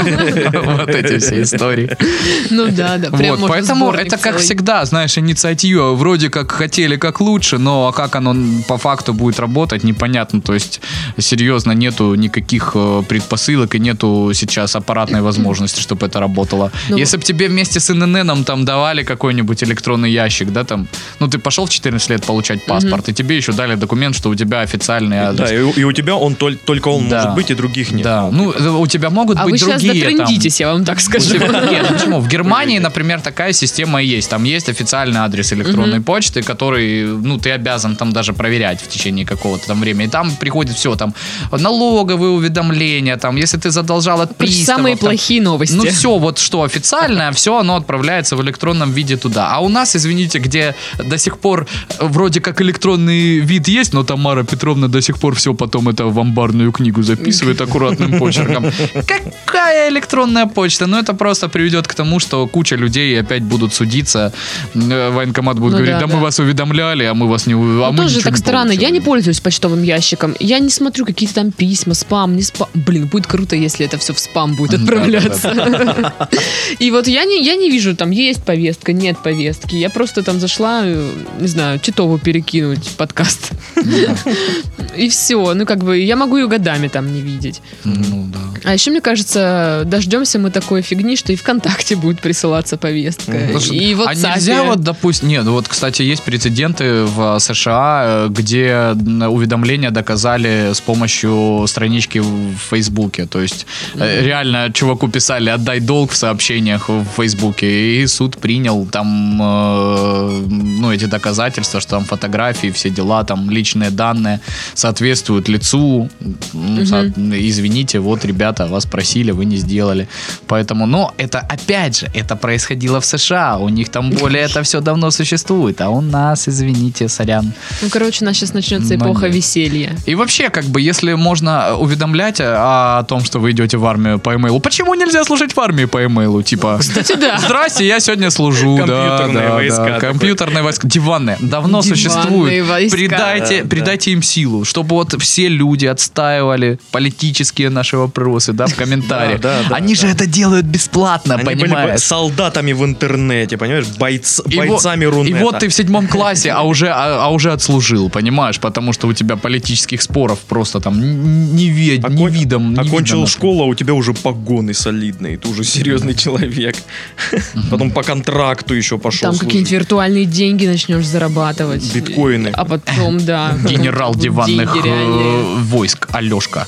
Speaker 2: Вот эти все истории.
Speaker 1: Ну да, да. Прям
Speaker 2: Вот,
Speaker 1: можно
Speaker 2: поэтому
Speaker 1: сборник
Speaker 2: это как
Speaker 1: целый.
Speaker 2: всегда, знаешь, инициатива. Вроде как хотели как лучше, но а как оно по факту будет работать, непонятно. То есть, серьезно, нету никаких э, предпосылок и нету сейчас аппаратной возможности, чтобы это работало.
Speaker 1: Ну,
Speaker 2: Если бы тебе вместе с ИНН там давали какой-нибудь электронный ящик, да, там, ну ты пошел в 14 лет получать паспорт, и тебе еще дали документ, что у тебя официальный адрес.
Speaker 3: Да, и, и у тебя он толь- только он
Speaker 2: Да.
Speaker 3: может быть, и других нет.
Speaker 2: Да, ну э, у тебя могут
Speaker 1: А
Speaker 2: быть
Speaker 1: вы сейчас
Speaker 2: другие там.
Speaker 1: дотрындитесь, я вам так скажу.
Speaker 2: Нет, ну почему? В Германии, например, такая система и есть. Там есть официальный адрес электронной почты, который, ну, ты обязан там даже проверять в течение какого-то там времени. И там приходит все, там, налоговые уведомления, там, если ты задолжал от
Speaker 1: Короче,
Speaker 2: приставов,
Speaker 1: Самые
Speaker 2: там,
Speaker 1: плохие новости.
Speaker 2: ну все, вот что официальное, все оно отправляется в электронном виде туда. А у нас, извините, где до сих пор э, вроде как электронный вид есть, но Тамара Петровна до сих пор все потом это в амбарную книгу записывает аккуратным почерком. Какая электронная почта? Ну это просто приведет к тому, что куча людей опять будут судиться. Э, Военкомат будет
Speaker 1: Ну
Speaker 2: говорить,
Speaker 1: да,
Speaker 2: да
Speaker 1: да.
Speaker 2: мы вас уведомляли, а мы вас не у- а
Speaker 1: Ну,
Speaker 2: мы
Speaker 1: тоже
Speaker 2: ничего
Speaker 1: так
Speaker 2: не
Speaker 1: странно. Я не
Speaker 2: получили».
Speaker 1: пользуюсь почтовым ящиком. Я не смотрю какие-то там письма, спам, не спам. Блин, будет круто, если это все в спам будет
Speaker 2: Да,
Speaker 1: отправляться. И вот я не, я не вижу, там есть повестка, нет повестки. Я просто там зашла, э, не знаю, Титову перекинуть подкаст. И все. Ну, как бы, я могу ее годами там не видеть.
Speaker 2: Ну да.
Speaker 1: А еще, мне кажется, дождемся мы такой фигни, что и ВКонтакте будет присылаться повестка.
Speaker 3: Мгм.
Speaker 1: И вот
Speaker 2: а нельзя вот, допустим, нет, вот, кстати, есть прецеденты в США, э, где м, уведомления доказали с помощью странички в Фейсбуке, то есть э, реально чуваку писали «отдай долг» в сообщениях в Фейсбуке, и суд принял там, э, ну, эти доказательства, что там фотографии, все дела, там личные данные соответствуют лицу, Ну, со- извините, вот, ребята, вас просили, вы не сделали. Поэтому, но это опять же, это происходило в США. У них там более это все давно существует. А у нас, извините, сорян.
Speaker 1: Ну, короче, у нас сейчас начнется
Speaker 2: Ну,
Speaker 1: эпоха
Speaker 2: нет.
Speaker 1: веселья.
Speaker 2: И вообще, как бы, если можно уведомлять э, о, о том, что вы идете в армию по имейлу, почему нельзя служить в армии по имейлу? Типа,
Speaker 1: Кстати, да.
Speaker 2: здрасте, я сегодня служу. Да,
Speaker 3: Компьютерные
Speaker 2: да,
Speaker 3: войска
Speaker 2: да.
Speaker 3: такой.
Speaker 2: Компьютерные войска. Диванные. Давно
Speaker 1: Диванные
Speaker 2: существуют.
Speaker 1: войска.
Speaker 2: Придайте,
Speaker 3: Да,
Speaker 2: придайте им силу, чтобы вот все люди отстаивали политические наши вопросы, да, в комментариях.
Speaker 3: Да, да, да,
Speaker 2: Они же
Speaker 3: да.
Speaker 2: это делают бесплатно,
Speaker 3: Они были бы
Speaker 2: понимаешь?
Speaker 3: солдатами в интернете, понимаешь, бойц-
Speaker 2: И вот-
Speaker 3: бойцами
Speaker 2: И
Speaker 3: Рунета.
Speaker 2: вот ты в седьмом классе, а уже, а, а уже отслужил, понимаешь? Потому что у тебя политических споров просто там н- не, ве-
Speaker 3: Окон-
Speaker 2: не видом. не
Speaker 3: Окончил
Speaker 2: видно.
Speaker 3: школу, а у тебя уже погоны солидные, ты уже серьезный человек. Потом по контракту еще пошел.
Speaker 1: Там
Speaker 3: служить.
Speaker 1: какие-нибудь виртуальные деньги начнешь зарабатывать.
Speaker 3: Биткоины.
Speaker 1: А потом, да.
Speaker 2: Генерал
Speaker 1: Деньги
Speaker 2: диванных э,
Speaker 1: реальные.
Speaker 2: войск, Алешка.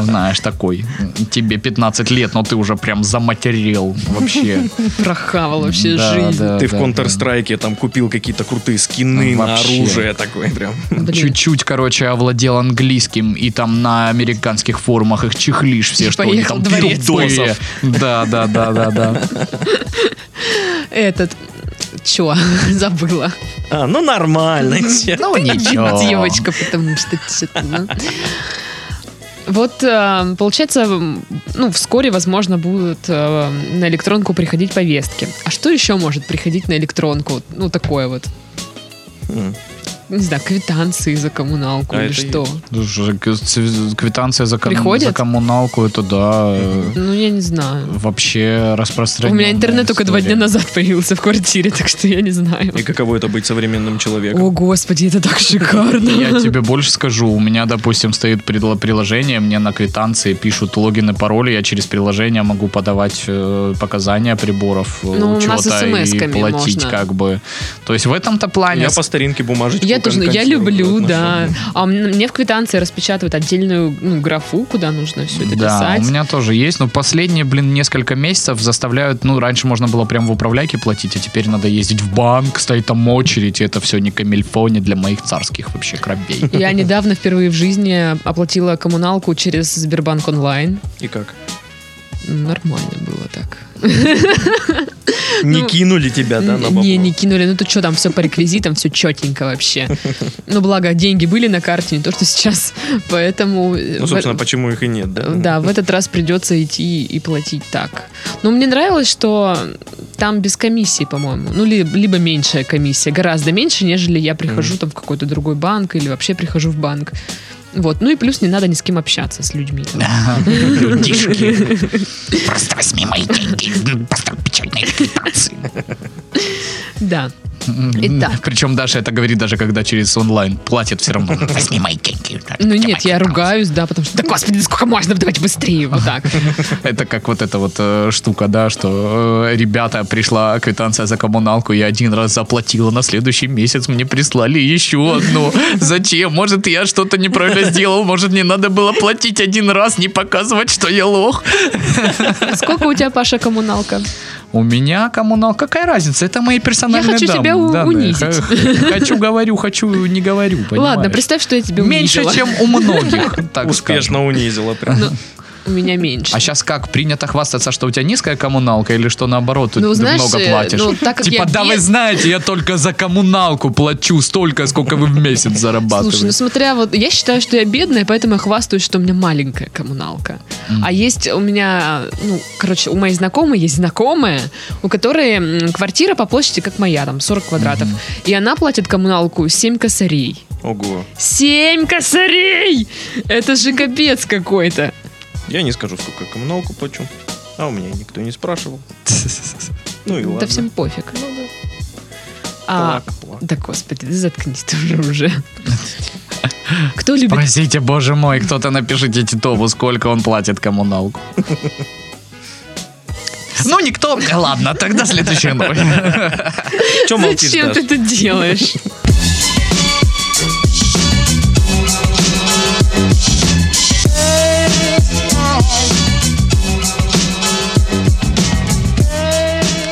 Speaker 2: Знаешь, такой. Тебе 15 лет, но ты уже прям заматерел вообще.
Speaker 1: Прохавал вообще
Speaker 2: Да,
Speaker 1: жизнь.
Speaker 2: да,
Speaker 3: Ты в
Speaker 2: да, Ну,
Speaker 3: Counter-Strike там купил какие-то крутые скины на
Speaker 2: Вообще.
Speaker 3: оружие такое прям.
Speaker 1: Блин.
Speaker 2: Чуть-чуть, короче, овладел английским, и там на американских форумах их чехлишь все,
Speaker 1: И
Speaker 2: что они
Speaker 1: поехал
Speaker 2: там
Speaker 1: дворец.
Speaker 2: пиздосов. Да, да, да, да, да.
Speaker 1: Этот... Чё? Забыла.
Speaker 3: А, ну нормально. чё.
Speaker 2: Ну, ничего.
Speaker 1: Девочка, потому что... чё-то, ну. Вот, э, получается, м, ну, вскоре, возможно, будут э, на электронку приходить повестки. А что еще может приходить на электронку? Ну, такое вот.
Speaker 3: М.
Speaker 1: не знаю, квитанции за коммуналку
Speaker 3: А
Speaker 1: или
Speaker 3: это
Speaker 1: что?
Speaker 2: Слушай, к- ци- Квитанция за, ком-
Speaker 1: Приходят?
Speaker 2: за коммуналку, это да, э,
Speaker 1: Ну, я не знаю.
Speaker 2: вообще
Speaker 1: У
Speaker 2: распространено.
Speaker 1: меня интернет только два дня назад появился в квартире, так что я не знаю.
Speaker 3: И каково это быть современным человеком?
Speaker 1: О, господи, это так шикарно.
Speaker 2: Я тебе больше скажу. У меня, допустим, стоит предло- приложение, мне на квитанции пишут логин и пароль, я через приложение могу подавать э, показания приборов, э,
Speaker 1: Ну, у нас
Speaker 2: учета и
Speaker 1: СМСками
Speaker 2: платить
Speaker 1: можно.
Speaker 2: как бы. То есть в этом-то плане...
Speaker 3: Я по старинке бумажечку.
Speaker 1: Я тоже, я
Speaker 3: конкансирую
Speaker 1: люблю,
Speaker 3: отношу.
Speaker 1: да. А м- мне в квитанции распечатывают отдельную ну, графу, куда нужно все это
Speaker 2: да,
Speaker 1: писать.
Speaker 2: у меня тоже есть, но последние, блин, несколько месяцев заставляют, ну, раньше можно было прям в управляйке платить, а теперь надо ездить в банк, стоит там очередь, и это все не камильфо, не для моих царских вообще крабей.
Speaker 1: Я недавно впервые в жизни оплатила коммуналку через Сбербанк онлайн.
Speaker 3: И как?
Speaker 1: Нормально было так.
Speaker 3: Не
Speaker 1: Ну,
Speaker 3: кинули тебя, да, на бабло?
Speaker 1: не, не кинули. Ну ты что, там все по реквизитам, все четенько вообще. Ну, благо, деньги были на карте, не то, что сейчас. Поэтому... э,
Speaker 3: Ну, собственно,
Speaker 1: в-
Speaker 3: почему их и нет, да?
Speaker 1: Да, в этот раз придется идти и платить так. Но мне нравилось, что там без комиссии, по-моему. Ну, ли- либо меньшая комиссия, гораздо меньше, нежели я прихожу там в какой-то другой банк или вообще прихожу в банк. Вот. Ну и плюс не надо ни с кем общаться с людьми.
Speaker 2: Людишки. Просто возьми мои деньги. Просто печальные квитанции.
Speaker 1: Да. Итак.
Speaker 2: Причем Даша это говорит даже когда через онлайн платит все равно. Возьми мои деньги.
Speaker 1: Ну нет, я ругаюсь, да, потому что, да господи, да сколько можно, давайте быстрее, вот так.
Speaker 2: Это как вот эта вот э, штука, да, что э, ребята, пришла квитанция за коммуналку, я один раз заплатила, на следующий месяц мне прислали еще одну. Зачем? Может, я что-то неправильно сделал, может, мне надо было платить один раз, не показывать, что я лох.
Speaker 1: Сколько у тебя, Паша, коммуналка?
Speaker 2: У меня коммуналка, какая разница? Это мои персональные
Speaker 1: Я хочу
Speaker 2: данные.
Speaker 1: тебя у-
Speaker 2: Да, да,
Speaker 1: унизить.
Speaker 2: х- х- Хочу, говорю, хочу, не говорю.
Speaker 1: Ладно,
Speaker 2: понимаешь?
Speaker 1: представь, что я тебе
Speaker 2: Меньше,
Speaker 1: унизила.
Speaker 2: чем у многих. так скажем.
Speaker 3: Успешно унизила прям.
Speaker 1: Ну, У меня меньше.
Speaker 2: А сейчас как? Принято хвастаться, что у тебя низкая коммуналка или что наоборот,
Speaker 1: Ну,
Speaker 2: ты
Speaker 1: знаешь,
Speaker 2: много
Speaker 1: э,
Speaker 2: платишь?
Speaker 1: ну, так как
Speaker 2: типа,
Speaker 1: я
Speaker 2: да вы
Speaker 1: бед-
Speaker 2: знаете, я только за коммуналку плачу столько, сколько вы в месяц
Speaker 1: Слушай, ну
Speaker 2: зарабатываете.
Speaker 1: смотря вот, я считаю, что я бедная, поэтому я хвастаюсь, что у меня маленькая коммуналка. А есть у меня, ну, короче, у моей знакомой есть знакомая, у которой м, квартира по площади, как моя, там, 40 квадратов. И она платит коммуналку 7 косарей.
Speaker 3: Ого.
Speaker 1: 7 косарей! Это же капец какой-то.
Speaker 3: Я не скажу, сколько я коммуналку плачу. А у меня никто не спрашивал. Ну и
Speaker 1: Да
Speaker 3: ладно.
Speaker 1: всем пофиг.
Speaker 3: Ну да.
Speaker 1: А,
Speaker 3: Плак, плак.
Speaker 1: да господи, да заткнись ты уже уже. Кто любит
Speaker 2: Простите, боже мой, кто-то напишите Титову, сколько он платит коммуналку. Ну, никто... Ладно, тогда следующая новость.
Speaker 3: Че молчишь,
Speaker 1: Зачем ты
Speaker 3: Даш?
Speaker 1: это делаешь?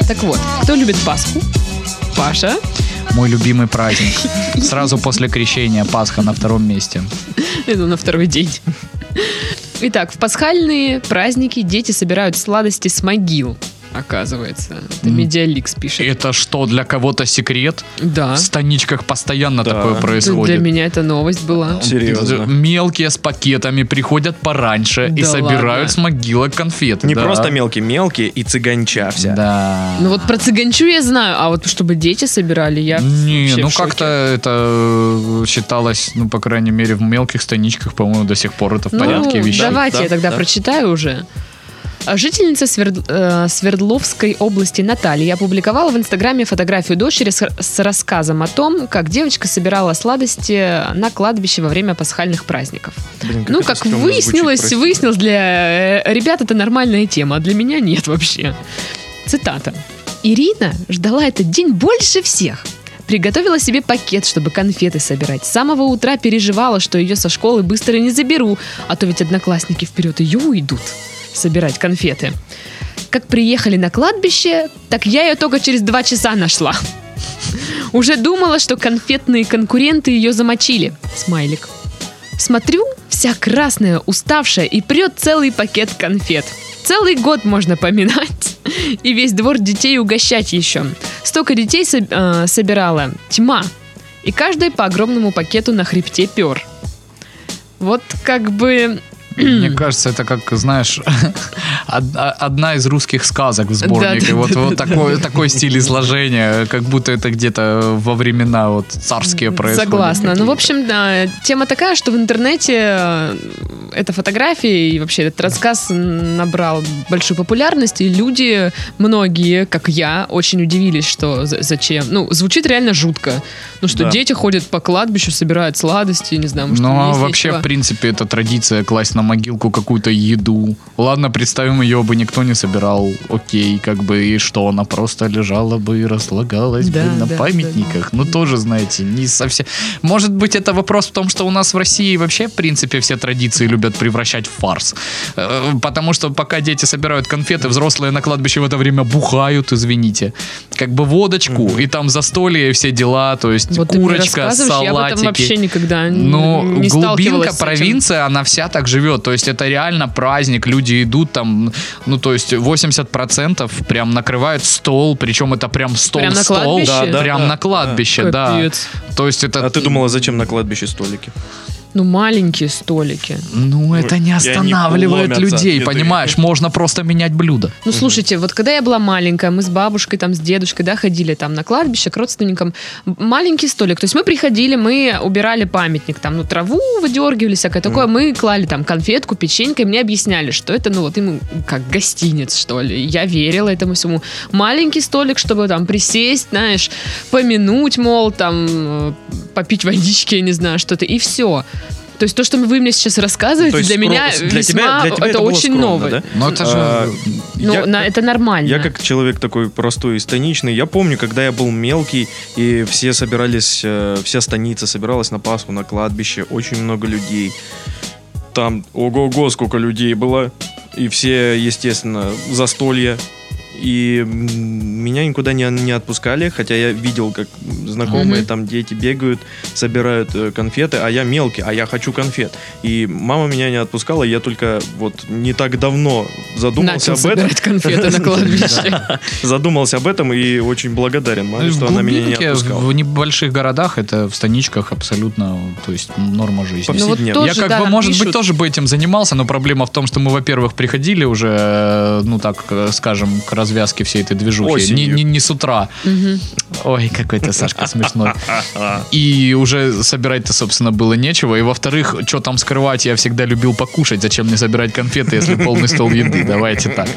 Speaker 1: Так вот, кто любит Пасху? Паша.
Speaker 2: Мой любимый праздник. Сразу после крещения Пасха на втором месте.
Speaker 1: Иду на второй день. Итак, в пасхальные праздники дети собирают сладости с могил. Оказывается, это
Speaker 2: М.
Speaker 1: Медиаликс пишет.
Speaker 2: Это что, для кого-то секрет?
Speaker 1: Да.
Speaker 2: В станичках постоянно
Speaker 3: Да.
Speaker 2: такое происходит.
Speaker 1: Для меня это новость была.
Speaker 3: Серьезно?
Speaker 2: Мелкие с пакетами приходят пораньше и
Speaker 1: Да ладно?
Speaker 2: собирают с могилок конфеты.
Speaker 3: Не
Speaker 2: да.
Speaker 3: просто мелкие-мелкие и цыганча вся.
Speaker 2: Да.
Speaker 1: Ну вот про цыганчу я знаю, а вот чтобы дети собирали, я
Speaker 2: не,
Speaker 1: вообще
Speaker 2: ну
Speaker 1: в шоке.
Speaker 2: как-то это э, считалось, ну, по крайней мере, в мелких станичках, по-моему, до сих пор это в
Speaker 1: Ну,
Speaker 2: порядке вещей.
Speaker 1: Давайте
Speaker 3: Да,
Speaker 1: я тогда
Speaker 3: да.
Speaker 1: прочитаю уже. Жительница Сверд- э, Свердловской области Наталья опубликовала в Инстаграме фотографию дочери с, с рассказом о том, как девочка собирала сладости на кладбище во время пасхальных праздников.
Speaker 3: Блин,
Speaker 1: ну,
Speaker 3: это
Speaker 1: как
Speaker 3: стрёмно
Speaker 1: выяснилось,
Speaker 3: звучит, прости.
Speaker 1: выяснилось для э, ребят это нормальная тема, а для меня нет вообще. Цитата. Ирина ждала этот день больше всех. Приготовила себе пакет, чтобы конфеты собирать. С самого утра переживала, что ее со школы быстро не заберу, а то ведь одноклассники вперед ее уйдут собирать конфеты. Как приехали на кладбище, так я ее только через два часа нашла. Уже думала, что конфетные конкуренты ее замочили. Смайлик. Смотрю, вся красная, уставшая и прет целый пакет конфет. Целый год можно поминать. И весь двор детей угощать еще. Столько детей соб- э, собирала. Тьма. И каждый по огромному пакету на хребте пер. Вот как бы
Speaker 4: Мне кажется, это как, знаешь, од- одна из русских сказок в сборнике.
Speaker 1: Да, да,
Speaker 4: вот
Speaker 1: да,
Speaker 4: вот
Speaker 1: да,
Speaker 4: такой, такой стиль изложения, как будто это где-то во времена вот царские происходит.
Speaker 1: Согласна. Ну, в
Speaker 4: какие-то.
Speaker 1: общем, да, тема такая, что в интернете э, эта фотография и вообще этот рассказ набрал большую популярность, и люди, многие, как я, очень удивились, что за- зачем. Ну, звучит реально жутко. Ну, что
Speaker 3: Да. дети
Speaker 1: дети ходят по кладбищу, собирают сладости, не знаю, может,
Speaker 4: Ну, а вообще, в принципе, это традиция класть на могилку какую-то еду. Ладно, представим, ее бы никто не собирал. Окей, как бы, и что, она просто лежала бы и разлагалась
Speaker 1: Да,
Speaker 4: бы на
Speaker 1: да,
Speaker 4: памятниках. Ну, тоже, знаете, не совсем... Может быть, это вопрос в том, что у нас в России вообще, в принципе, все традиции любят превращать в фарс. Э, Потому что пока дети собирают конфеты, взрослые на кладбище в это время бухают, извините. Как бы водочку, и там застолье, и все дела, то есть
Speaker 1: вот ты мне
Speaker 4: курочка,
Speaker 1: рассказываешь,
Speaker 4: салатики.
Speaker 1: я об этом вообще никогда н-
Speaker 4: Но
Speaker 1: не
Speaker 4: Ну, глубинка,
Speaker 1: сталкивалась с этим.
Speaker 4: провинция, она вся так живет. То есть это реально праздник, люди идут там, ну то есть 80% прям накрывают стол, причем это прям стол
Speaker 1: Прям на
Speaker 4: стол,
Speaker 1: кладбище?
Speaker 3: Да, да,
Speaker 4: прям
Speaker 3: да.
Speaker 4: на кладбище, да.
Speaker 1: Капец.
Speaker 4: То есть это
Speaker 3: А ты думала, зачем на кладбище столики?
Speaker 1: Ну, маленькие столики.
Speaker 4: ну это не
Speaker 3: И они
Speaker 4: останавливает
Speaker 3: ломятся
Speaker 4: людей,
Speaker 3: от еды.
Speaker 4: понимаешь? Можно просто менять блюдо.
Speaker 1: Ну, слушайте, вот когда я была маленькая, мы с бабушкой, там, с дедушкой, да, ходили там на кладбище к родственникам. М- Маленький столик. То есть мы приходили, мы убирали памятник, там, ну, траву выдергивали, всякое такое. Мы клали там конфетку, печенька, и мне объясняли, что это, ну, вот им как гостиниц, что ли. Я верила этому всему. Маленький столик, чтобы там присесть, знаешь, помянуть, мол, там, э, попить водички, я не знаю, что-то, и все. То есть то, что вы мне сейчас рассказываете,
Speaker 3: То есть
Speaker 1: для
Speaker 3: скро-
Speaker 1: меня
Speaker 3: для тебя-
Speaker 1: весьма
Speaker 3: для тебя
Speaker 1: это,
Speaker 3: это было
Speaker 1: очень
Speaker 3: скромно,
Speaker 1: ново.
Speaker 3: да?
Speaker 4: Но это же
Speaker 3: А,
Speaker 1: Ну,
Speaker 3: Я-
Speaker 1: на- это нормально.
Speaker 3: Я как человек такой простой и станичный, я помню, когда я был мелкий, и все собирались, э, вся станица собиралась на Пасху, на кладбище, очень много людей. Там, ого-го, сколько людей было, и все, естественно, застолья. И м, меня никуда не, не отпускали, хотя я видел, как знакомые
Speaker 1: Мгм.
Speaker 3: там дети бегают, собирают э, конфеты, а я мелкий, а я хочу конфет. И мама меня не отпускала, я только вот не так давно задумался
Speaker 1: Начал
Speaker 3: об этом.
Speaker 1: собирать конфеты на кладбище.
Speaker 3: задумался об этом и очень благодарен маме,
Speaker 4: Ну, в
Speaker 3: Ну, что она меня не
Speaker 4: глубинке,
Speaker 3: отпускала.
Speaker 4: в небольших городах, это в станичках абсолютно, то есть норма жизни.
Speaker 1: Ну вот
Speaker 3: Я
Speaker 1: тоже,
Speaker 4: я как
Speaker 1: да,
Speaker 4: бы,
Speaker 1: нам
Speaker 4: может
Speaker 1: пишут.
Speaker 4: быть, тоже бы этим занимался, но проблема в том, что мы, во-первых, приходили уже, э, ну так э, скажем, к развязке всей этой движухи. Не,
Speaker 3: Осенью.
Speaker 4: не, не с утра.
Speaker 1: Мгм.
Speaker 4: Ой, какой ты, Сашка, смешной. И уже собирать-то, собственно, было нечего. И, во-вторых, что там скрывать, я всегда любил покушать. Зачем мне собирать конфеты, если полный стол еды? Давайте так.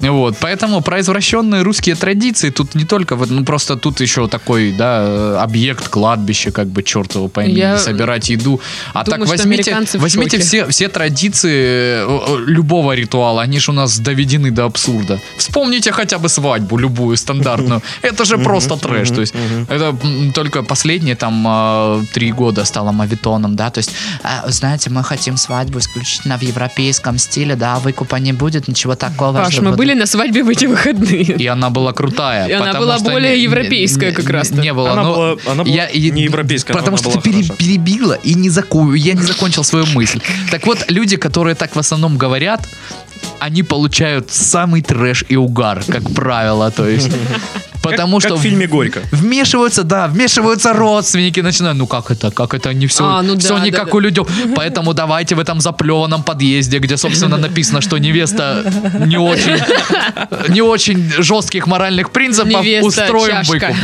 Speaker 4: Вот, поэтому про извращенные русские традиции тут не только, вот, ну просто тут еще такой, да, э, объект, кладбище, как бы, черт его пойми,
Speaker 1: Я
Speaker 4: собирать еду. А
Speaker 1: думаю,
Speaker 4: так
Speaker 1: что
Speaker 4: возьмите,
Speaker 1: американцы в
Speaker 4: возьмите
Speaker 1: шоке.
Speaker 4: все, все традиции э, э, любого ритуала, они же у нас доведены до абсурда. Вспомните хотя бы свадьбу, любую, стандартную. Это же просто трэш, то есть это м, только последние там
Speaker 2: а,
Speaker 4: э, три года стало мавитоном, да, то есть, э, знаете, мы хотим свадьбу исключительно в европейском стиле, да, выкупа не будет, ничего такого.
Speaker 1: Паш,
Speaker 4: чтобы-
Speaker 1: мы были на свадьбе в эти выходные.
Speaker 4: И она была крутая.
Speaker 1: И она
Speaker 4: потому
Speaker 1: была
Speaker 4: что
Speaker 1: более
Speaker 4: не- не-
Speaker 1: европейская как
Speaker 4: не-
Speaker 1: раз-то.
Speaker 4: Не было,
Speaker 3: Она
Speaker 4: но-
Speaker 3: была- она была
Speaker 4: и-
Speaker 3: не европейская, но
Speaker 4: Потому
Speaker 3: она
Speaker 4: что
Speaker 3: была
Speaker 4: ты пере-
Speaker 3: хороша.
Speaker 4: перебила и не заку- я не закончил свою мысль. Так вот, люди, которые так в основном говорят, они получают самый трэш и угар, как правило, то есть. Потому
Speaker 3: как
Speaker 4: что
Speaker 3: в фильме «Горько».
Speaker 4: Вмешиваются, да, вмешиваются родственники, начинают, ну как это, как это, не все,
Speaker 1: А, ну да,
Speaker 4: все не
Speaker 1: да,
Speaker 4: как
Speaker 1: да.
Speaker 4: у людей. Поэтому давайте в этом заплеванном подъезде, где, собственно, написано, что невеста не очень, не очень жестких моральных принципов,
Speaker 1: Невеста,
Speaker 4: устроим
Speaker 1: чашка.
Speaker 4: выкуп.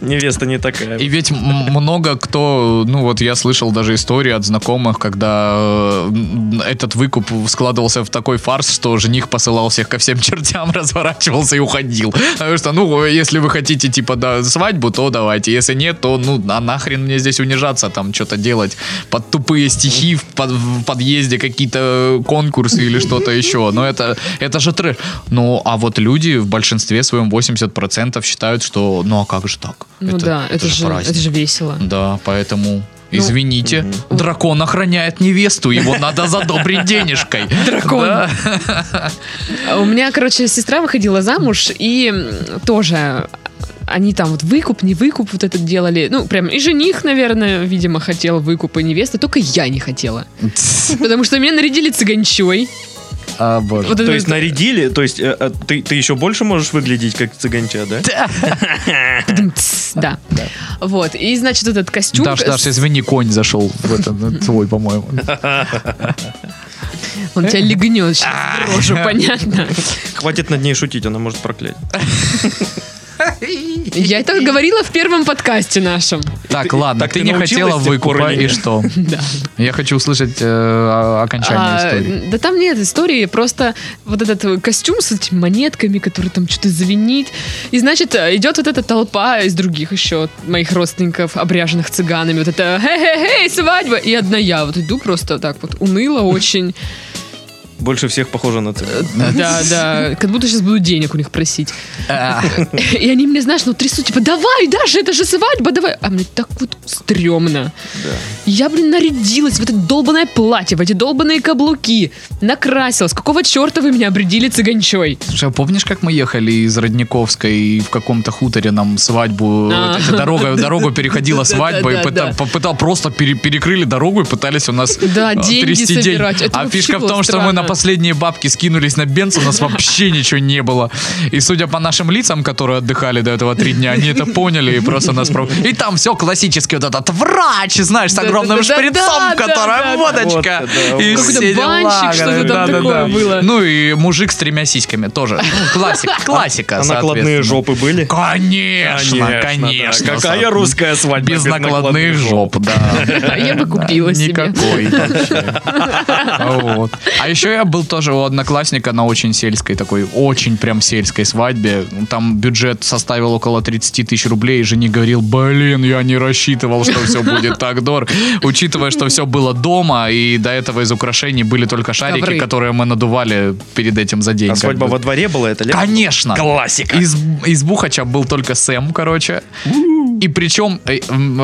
Speaker 3: Невеста не такая.
Speaker 4: И ведь м- много кто, ну вот я слышал даже истории от знакомых, когда э, м, этот выкуп складывался в такой фарс, что жених посылал всех ко всем чертям, разворачивался и уходил. Потому что, ну, если вы хотите, типа, да, свадьбу, то давайте. Если нет, то, ну, а нахрен мне здесь унижаться, там, что-то делать под тупые стихи в, под- в подъезде, какие-то конкурсы или что-то еще. Но это, это же трэш. Ну, а вот люди в большинстве своем 80% считают, что, ну, а как же так?
Speaker 1: Ну да, это же
Speaker 4: праздник.
Speaker 1: это же весело.
Speaker 4: Да, поэтому...
Speaker 2: Ну,
Speaker 4: Извините, дракон охраняет невесту, его надо задобрить денежкой.
Speaker 1: Дракон.
Speaker 4: Да.
Speaker 1: А У меня, короче, сестра выходила замуж, и м, тоже они там вот выкуп, не выкуп вот это делали. Ну, прям и жених, наверное, видимо, хотел выкуп, и невеста. Только я не хотела. Потому что меня нарядили цыганчой.
Speaker 4: А, боже.
Speaker 1: Вот
Speaker 3: То
Speaker 1: это
Speaker 3: есть
Speaker 1: вот-
Speaker 3: нарядили, то есть э, а ты, ты еще больше можешь выглядеть как цыганча, да?
Speaker 1: Тс, Да. Вот. И, значит, этот костюм...
Speaker 4: Даш, Даш, извини, конь зашел в этот твой, по-моему.
Speaker 1: Он тебя легнет сейчас в рожу, понятно.
Speaker 3: Хватит над ней шутить, она может проклять.
Speaker 1: Я это говорила в первом подкасте нашем.
Speaker 2: Так,
Speaker 3: ты-
Speaker 2: ладно,
Speaker 3: так
Speaker 2: ты
Speaker 3: ты
Speaker 2: не
Speaker 3: научилась
Speaker 2: хотела
Speaker 3: с тех пор
Speaker 2: выкупа,
Speaker 3: или
Speaker 2: и
Speaker 3: нет?
Speaker 2: что? Я хочу услышать э, о- окончание
Speaker 1: А,
Speaker 2: истории.
Speaker 1: Да там нет истории, просто вот этот э, костюм с этими монетками, который там что-то звенит. И значит, э, идет вот эта толпа из других еще моих родственников, обряженных цыганами. Вот это «Хе-хе-хей, свадьба! И одна я вот иду просто так вот уныло очень.
Speaker 3: Больше всех похожа на цыган. А
Speaker 1: Да, да. Как будто сейчас буду денег у них просить. И они мне, знаешь, ну трясут, типа, давай, Даша, это же свадьба, давай. А мне так вот стрёмно. Я, блин, нарядилась в это долбанное платье, в эти долбанные каблуки. Накрасилась. Какого черта вы меня обредили цыганчой?
Speaker 2: Слушай, а помнишь, как мы ехали из Родниковской и в каком-то хуторе нам свадьбу,
Speaker 1: А.
Speaker 2: вот эта дорога, дорогу переходила
Speaker 1: Да-да-да-да-да.
Speaker 2: свадьба, и пыта- попытал просто пере- перекрыли дорогу и пытались у нас
Speaker 1: Да,
Speaker 2: э,
Speaker 1: деньги
Speaker 2: трясти
Speaker 1: собирать.
Speaker 2: деньги.
Speaker 1: Это
Speaker 2: А
Speaker 1: вообще
Speaker 2: фишка в
Speaker 1: было
Speaker 2: том, что мы на
Speaker 1: странно.
Speaker 2: последние бабки скинулись на бенз, у нас вообще ничего не было. И судя по нашим лицам, которые отдыхали до этого три дня, они это поняли и просто нас... пров- И там все классически, вот этот врач, знаешь, с огромным
Speaker 1: Да-да-да-да-да-да.
Speaker 2: шприцом, которая
Speaker 1: Да-да-да.
Speaker 2: водочка.
Speaker 3: Вот это
Speaker 2: И
Speaker 1: вот.
Speaker 2: все дела.
Speaker 1: Банщик, что-то там
Speaker 2: Да-да-да.
Speaker 1: такое было.
Speaker 2: Ну и мужик с тремя сиськами тоже. Ну, Классик, классика,
Speaker 3: А
Speaker 2: соответственно.
Speaker 3: накладные жопы были?
Speaker 2: Конечно,
Speaker 3: да.
Speaker 2: конечно.
Speaker 3: Какая русская свадьба
Speaker 2: Без накладных жоп, да.
Speaker 1: Я бы купила себе.
Speaker 2: Никакой вообще. Вот. А еще я был тоже у одноклассника на очень сельской такой, очень прям сельской свадьбе. Ну, Там бюджет составил около 30 тысяч рублей, и жених говорил, блин, я не рассчитывал, что все будет так дорого. Учитывая, что все было дома, и до этого из украшений были только шарики,
Speaker 1: Ковры.
Speaker 2: которые мы надували перед этим за день.
Speaker 3: А
Speaker 2: как
Speaker 3: свадьба
Speaker 2: бы.
Speaker 3: во дворе была, это лето?
Speaker 2: Конечно.
Speaker 3: Классика.
Speaker 2: Из, из Бухача был только Сэм, короче. И причем э, м,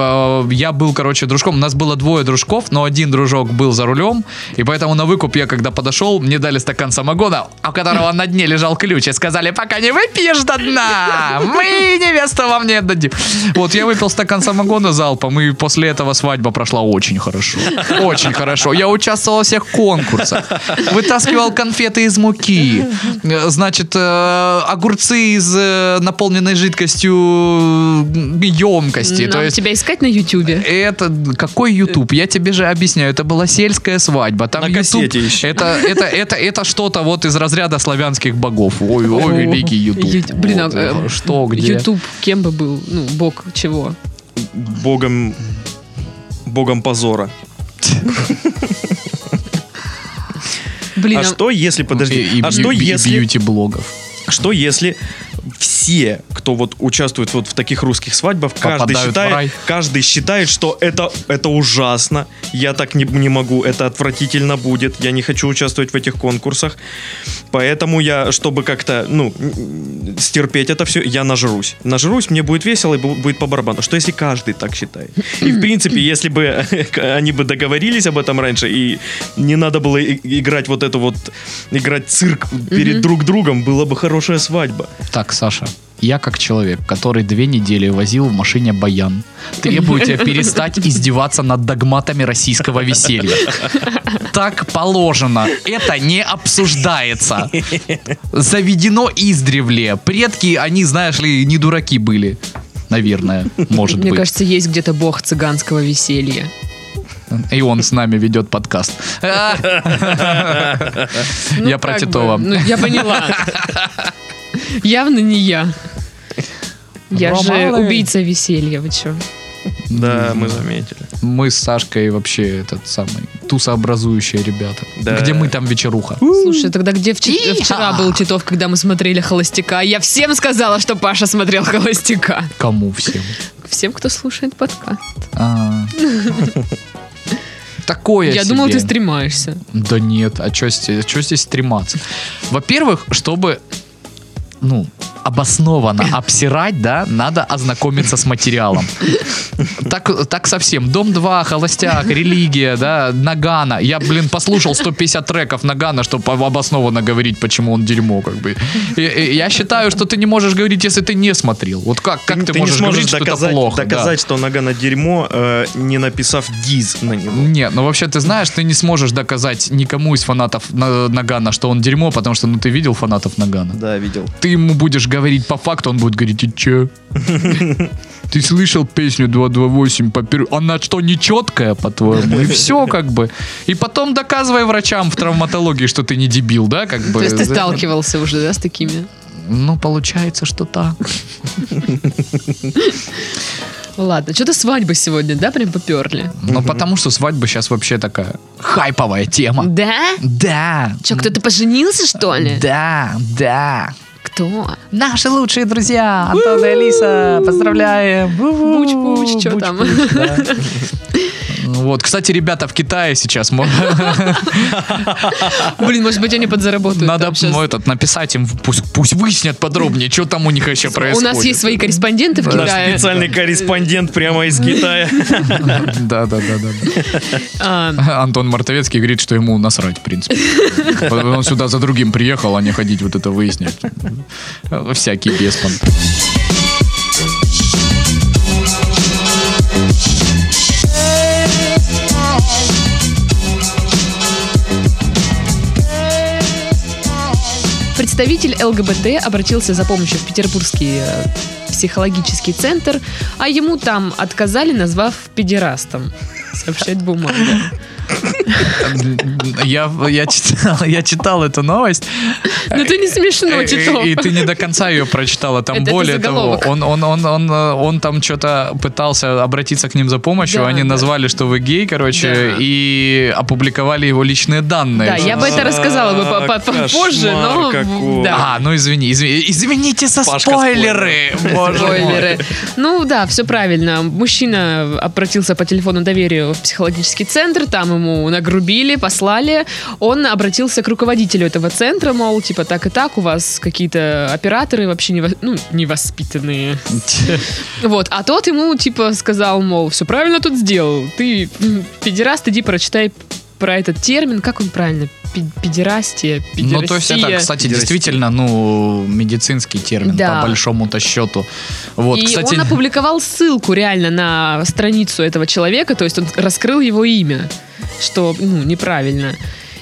Speaker 2: э, я был, короче, дружком. У нас было двое дружков, но один дружок был за рулем. И поэтому на выкуп я, когда подошел, мне дали стакан самогона, у которого на дне лежал ключ. И сказали, пока не выпьешь до дна, мы невесту вам не отдадим. Вот я выпил стакан самогона залпом, и после этого свадьба прошла очень хорошо. Очень хорошо. Я участвовал во всех конкурсах. Вытаскивал конфеты из муки. Э, Значит, э, огурцы из э, наполненной жидкостью емкости.
Speaker 1: Нам
Speaker 2: То есть
Speaker 1: тебя искать на Ютубе.
Speaker 2: это какой YouTube? Я тебе же объясняю, это была сельская свадьба. Там
Speaker 3: На
Speaker 2: YouTube-
Speaker 3: кассете еще.
Speaker 2: Это это это это что-то вот из разряда славянских богов. Ой, ой,
Speaker 1: О,
Speaker 2: великий YouTube.
Speaker 1: Ю- Блин,
Speaker 2: Вот,
Speaker 1: а,
Speaker 2: э,
Speaker 1: э,
Speaker 2: что где?
Speaker 1: Ютуб кем бы был? Ну, бог чего?
Speaker 3: Богом... Богом позора.
Speaker 1: Блин,
Speaker 3: А что если,
Speaker 2: Ну, И-
Speaker 3: подожди,
Speaker 2: и
Speaker 3: а что
Speaker 2: бью- и
Speaker 3: если
Speaker 2: бьюти блогов?
Speaker 3: Что если все, кто вот участвует вот в таких русских свадьбах, каждый
Speaker 2: Попадают в рай?
Speaker 3: считает, каждый считает, что это, это ужасно, я так не, не могу, это отвратительно будет, я не хочу участвовать в этих конкурсах, поэтому я, чтобы как-то, ну, м, стерпеть это все, я нажрусь. Нажрусь, мне будет весело и бу- будет по барабану. Что если каждый так считает? И, в принципе, если бы они бы договорились об этом раньше, и не надо было и- играть вот это вот, играть цирк перед друг другом, была бы хорошая свадьба.
Speaker 2: Так, Саша, я как человек, который две недели возил в машине баян, требую тебя перестать издеваться над догматами российского веселья. Так положено. Это не обсуждается. Заведено издревле. Предки, они, знаешь ли, не дураки были. Наверное, может
Speaker 1: мне
Speaker 2: быть.
Speaker 1: кажется, есть где-то бог цыганского веселья.
Speaker 2: И он с нами ведет подкаст.
Speaker 1: Ну,
Speaker 2: Я про
Speaker 1: как бы,
Speaker 2: Титова.
Speaker 1: ну, я поняла. Явно не я. Я же
Speaker 2: Романович.
Speaker 1: убийца веселья, вы чё?
Speaker 3: Да, мы заметили.
Speaker 2: Мы с Сашкой вообще этот самый тусообразующие ребята.
Speaker 3: Да.
Speaker 2: Где мы там вечеруха.
Speaker 1: Слушай, тогда где вче- вчера был Титов, когда мы смотрели «Холостяка»? Я всем сказала, что Паша смотрел «Холостяка».
Speaker 2: Кому всем?
Speaker 1: Всем, кто слушает подкаст.
Speaker 2: А. Такое
Speaker 1: Я
Speaker 2: себе.
Speaker 1: думала, ты стремаешься.
Speaker 2: Да нет, а что здесь, чё здесь стрематься? Во-первых, чтобы ну, обоснованно обсирать, да, надо ознакомиться с материалом. Так, так совсем. Дом 2, Холостяк, Религия, да, Нагана. Я, блин, послушал 150 треков Нагана, чтобы обоснованно говорить, почему он дерьмо, как бы. И- и я считаю, что ты не можешь говорить, если ты не смотрел. Вот как, как ты,
Speaker 3: ты
Speaker 2: можешь
Speaker 3: не сможешь
Speaker 2: говорить, что
Speaker 3: доказать,
Speaker 2: это плохо? да?
Speaker 3: доказать что нога на дерьмо, э, не написав диз на него.
Speaker 2: Не, ну вообще ты знаешь, ты не сможешь доказать никому из фанатов На- Нагана, что он дерьмо, потому что ну ты видел фанатов Нагана.
Speaker 3: Да, видел.
Speaker 2: Ты ему будешь говорить по факту, он будет говорить, и че? ты слышал песню 228 по перу? Она что, не четкая, по-твоему? И все, как бы. И потом доказывай врачам в травматологии, что ты не дебил, да, как бы.
Speaker 1: То есть ты сталкивался уже, да, с такими?
Speaker 2: Ну, получается, что так.
Speaker 1: Ладно, что-то свадьбы сегодня, да, прям поперли?
Speaker 2: Ну, потому что свадьба сейчас вообще такая хайповая тема.
Speaker 1: Да?
Speaker 2: Да.
Speaker 1: Че, кто-то поженился, что ли?
Speaker 2: Да, да.
Speaker 1: Кто?
Speaker 2: Наши лучшие друзья, Антон и Алиса, поздравляем.
Speaker 1: Буч-буч, чё там?
Speaker 2: Буч-буч, да. Ну Вот, кстати, ребята в Китае сейчас мо-
Speaker 1: Блин, может быть, они подзаработают.
Speaker 2: надо
Speaker 1: там щас.
Speaker 2: ну, этот написать им, пусть, пусть выяснят подробнее, что там у них вообще
Speaker 1: У
Speaker 2: происходит.
Speaker 1: нас есть свои корреспонденты в
Speaker 3: Наш
Speaker 1: Китае.
Speaker 3: специальный корреспондент прямо из Китая.
Speaker 2: Да, да, да, да.
Speaker 1: А,
Speaker 2: да. Антон Мартовецкий говорит, что ему насрать, в принципе. Он сюда за другим приехал, а не ходить вот это выяснять. Всякий беспон.
Speaker 1: Представитель ЛГБТ обратился за помощью в Петербургский э, психологический центр, а ему там отказали, назвав педерастом. Сообщает бумага.
Speaker 2: Я, я, читал, я читал эту новость.
Speaker 1: Ну ты не смешно,
Speaker 2: Э,
Speaker 1: Титов.
Speaker 2: И, и ты не до конца ее прочитала. Там
Speaker 1: Это- это
Speaker 2: более того,
Speaker 1: заголовок.
Speaker 2: он, он, он, он, э, он там что-то пытался обратиться к ним за помощью.
Speaker 1: Да,
Speaker 2: Они
Speaker 1: да.
Speaker 2: назвали, что вы гей, короче,
Speaker 1: Да.
Speaker 2: и опубликовали его личные данные.
Speaker 1: Да, я бы это рассказала бы по- по-
Speaker 3: Кошмар
Speaker 1: попозже, но...
Speaker 3: какой.
Speaker 1: да.
Speaker 2: А, ну извини, извини извините за
Speaker 3: Пашка,
Speaker 2: спойлеры. Боже мой.
Speaker 1: Спойлеры. Ну да, все правильно. Мужчина обратился по телефону доверию в психологический центр, там ему нагрубили, послали. Он обратился к руководителю этого центра, мол, типа так и так, у вас какие-то операторы вообще не, ну, невоспитанные. Вот, а тот ему типа сказал, мол, все правильно тут сделал. Ты м, педераст, иди прочитай про этот термин, как он правильно, Пе- педерастия,
Speaker 2: Ну, то есть это,
Speaker 1: педерастия.
Speaker 2: кстати,
Speaker 3: Пидерастия.
Speaker 2: действительно, ну, медицинский термин
Speaker 1: Да.
Speaker 2: по большому-то счету. Вот,
Speaker 1: и
Speaker 2: кстати,
Speaker 1: он опубликовал ссылку реально на страницу этого человека, то есть он раскрыл его имя, что ну, неправильно.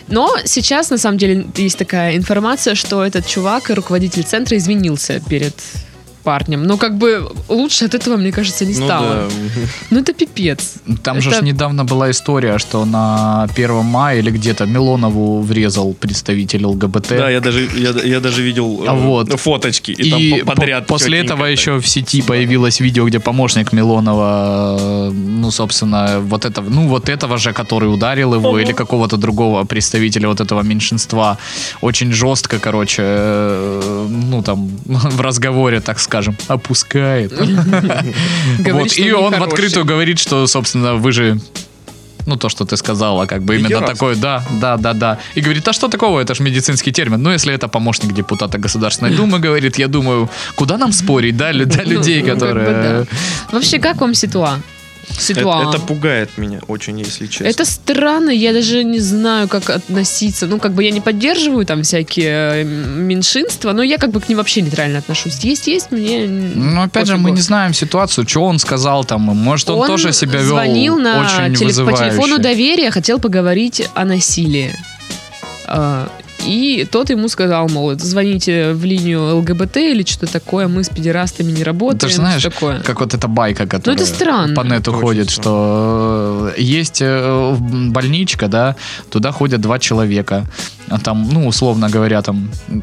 Speaker 1: Но сейчас, на самом деле, есть такая информация, что этот чувак, руководитель центра, извинился перед парнем. Но как бы лучше от этого, мне кажется, не
Speaker 3: Ну
Speaker 1: стало.
Speaker 3: да.
Speaker 1: Ну это пипец.
Speaker 2: Там же ж
Speaker 1: Это-
Speaker 2: недавно была история, что на 1 мая или где-то Милонову врезал представитель ЛГБТ.
Speaker 3: Да, я даже, я, я даже видел э,
Speaker 2: А вот.
Speaker 3: фоточки, и,
Speaker 2: И
Speaker 3: там по- подряд.
Speaker 2: по- после
Speaker 3: чётенько
Speaker 2: этого
Speaker 3: так.
Speaker 2: еще в сети появилось видео, где помощник Милонова, э, ну, собственно, вот этого, ну, вот этого же, который ударил его, или какого-то другого представителя вот этого меньшинства, очень жестко, короче, э, ну, там, в разговоре, так скажем, опускает.
Speaker 1: Говорит,
Speaker 2: Вот,
Speaker 1: что
Speaker 2: и
Speaker 1: он
Speaker 2: он в
Speaker 1: нехороший.
Speaker 2: открытую говорит, что, собственно, вы же ну, то, что ты сказала, как бы именно
Speaker 3: Педераст.
Speaker 2: такой, да, да, да, да. И говорит, а что такого, это же медицинский термин. Ну, если это помощник депутата Государственной Думы, говорит, я думаю, куда нам спорить, да, лю- для
Speaker 1: Ну,
Speaker 2: людей,
Speaker 1: как бы
Speaker 2: которые...
Speaker 1: Вообще, как вам ситуа? Ситуа.
Speaker 3: Это, это пугает меня очень, если честно.
Speaker 1: Это странно, я даже не знаю, как относиться. Ну, как бы я не поддерживаю там всякие э, меньшинства, но я как бы к ним вообще нейтрально отношусь. Есть, есть, мне...
Speaker 2: Ну, опять же, мы
Speaker 1: пофигу.
Speaker 2: не знаем ситуацию, что он сказал там, может, он, тоже себя вел
Speaker 1: звонил на
Speaker 2: очень
Speaker 1: теле- по
Speaker 2: вызывающе.
Speaker 1: телефону доверия, хотел поговорить о насилии. А, И тот ему сказал, мол, звоните в линию ЛГБТ или что-то такое, мы с педерастами не работаем.
Speaker 2: Ты же знаешь,
Speaker 1: что такое.
Speaker 2: как вот эта байка, которая
Speaker 1: Ну, это странно.
Speaker 2: по нету
Speaker 3: Очень
Speaker 2: ходит,
Speaker 3: странно.
Speaker 2: что э, есть э, в- м, больничка, да, туда ходят два человека. А Там, ну, условно говоря, там, м,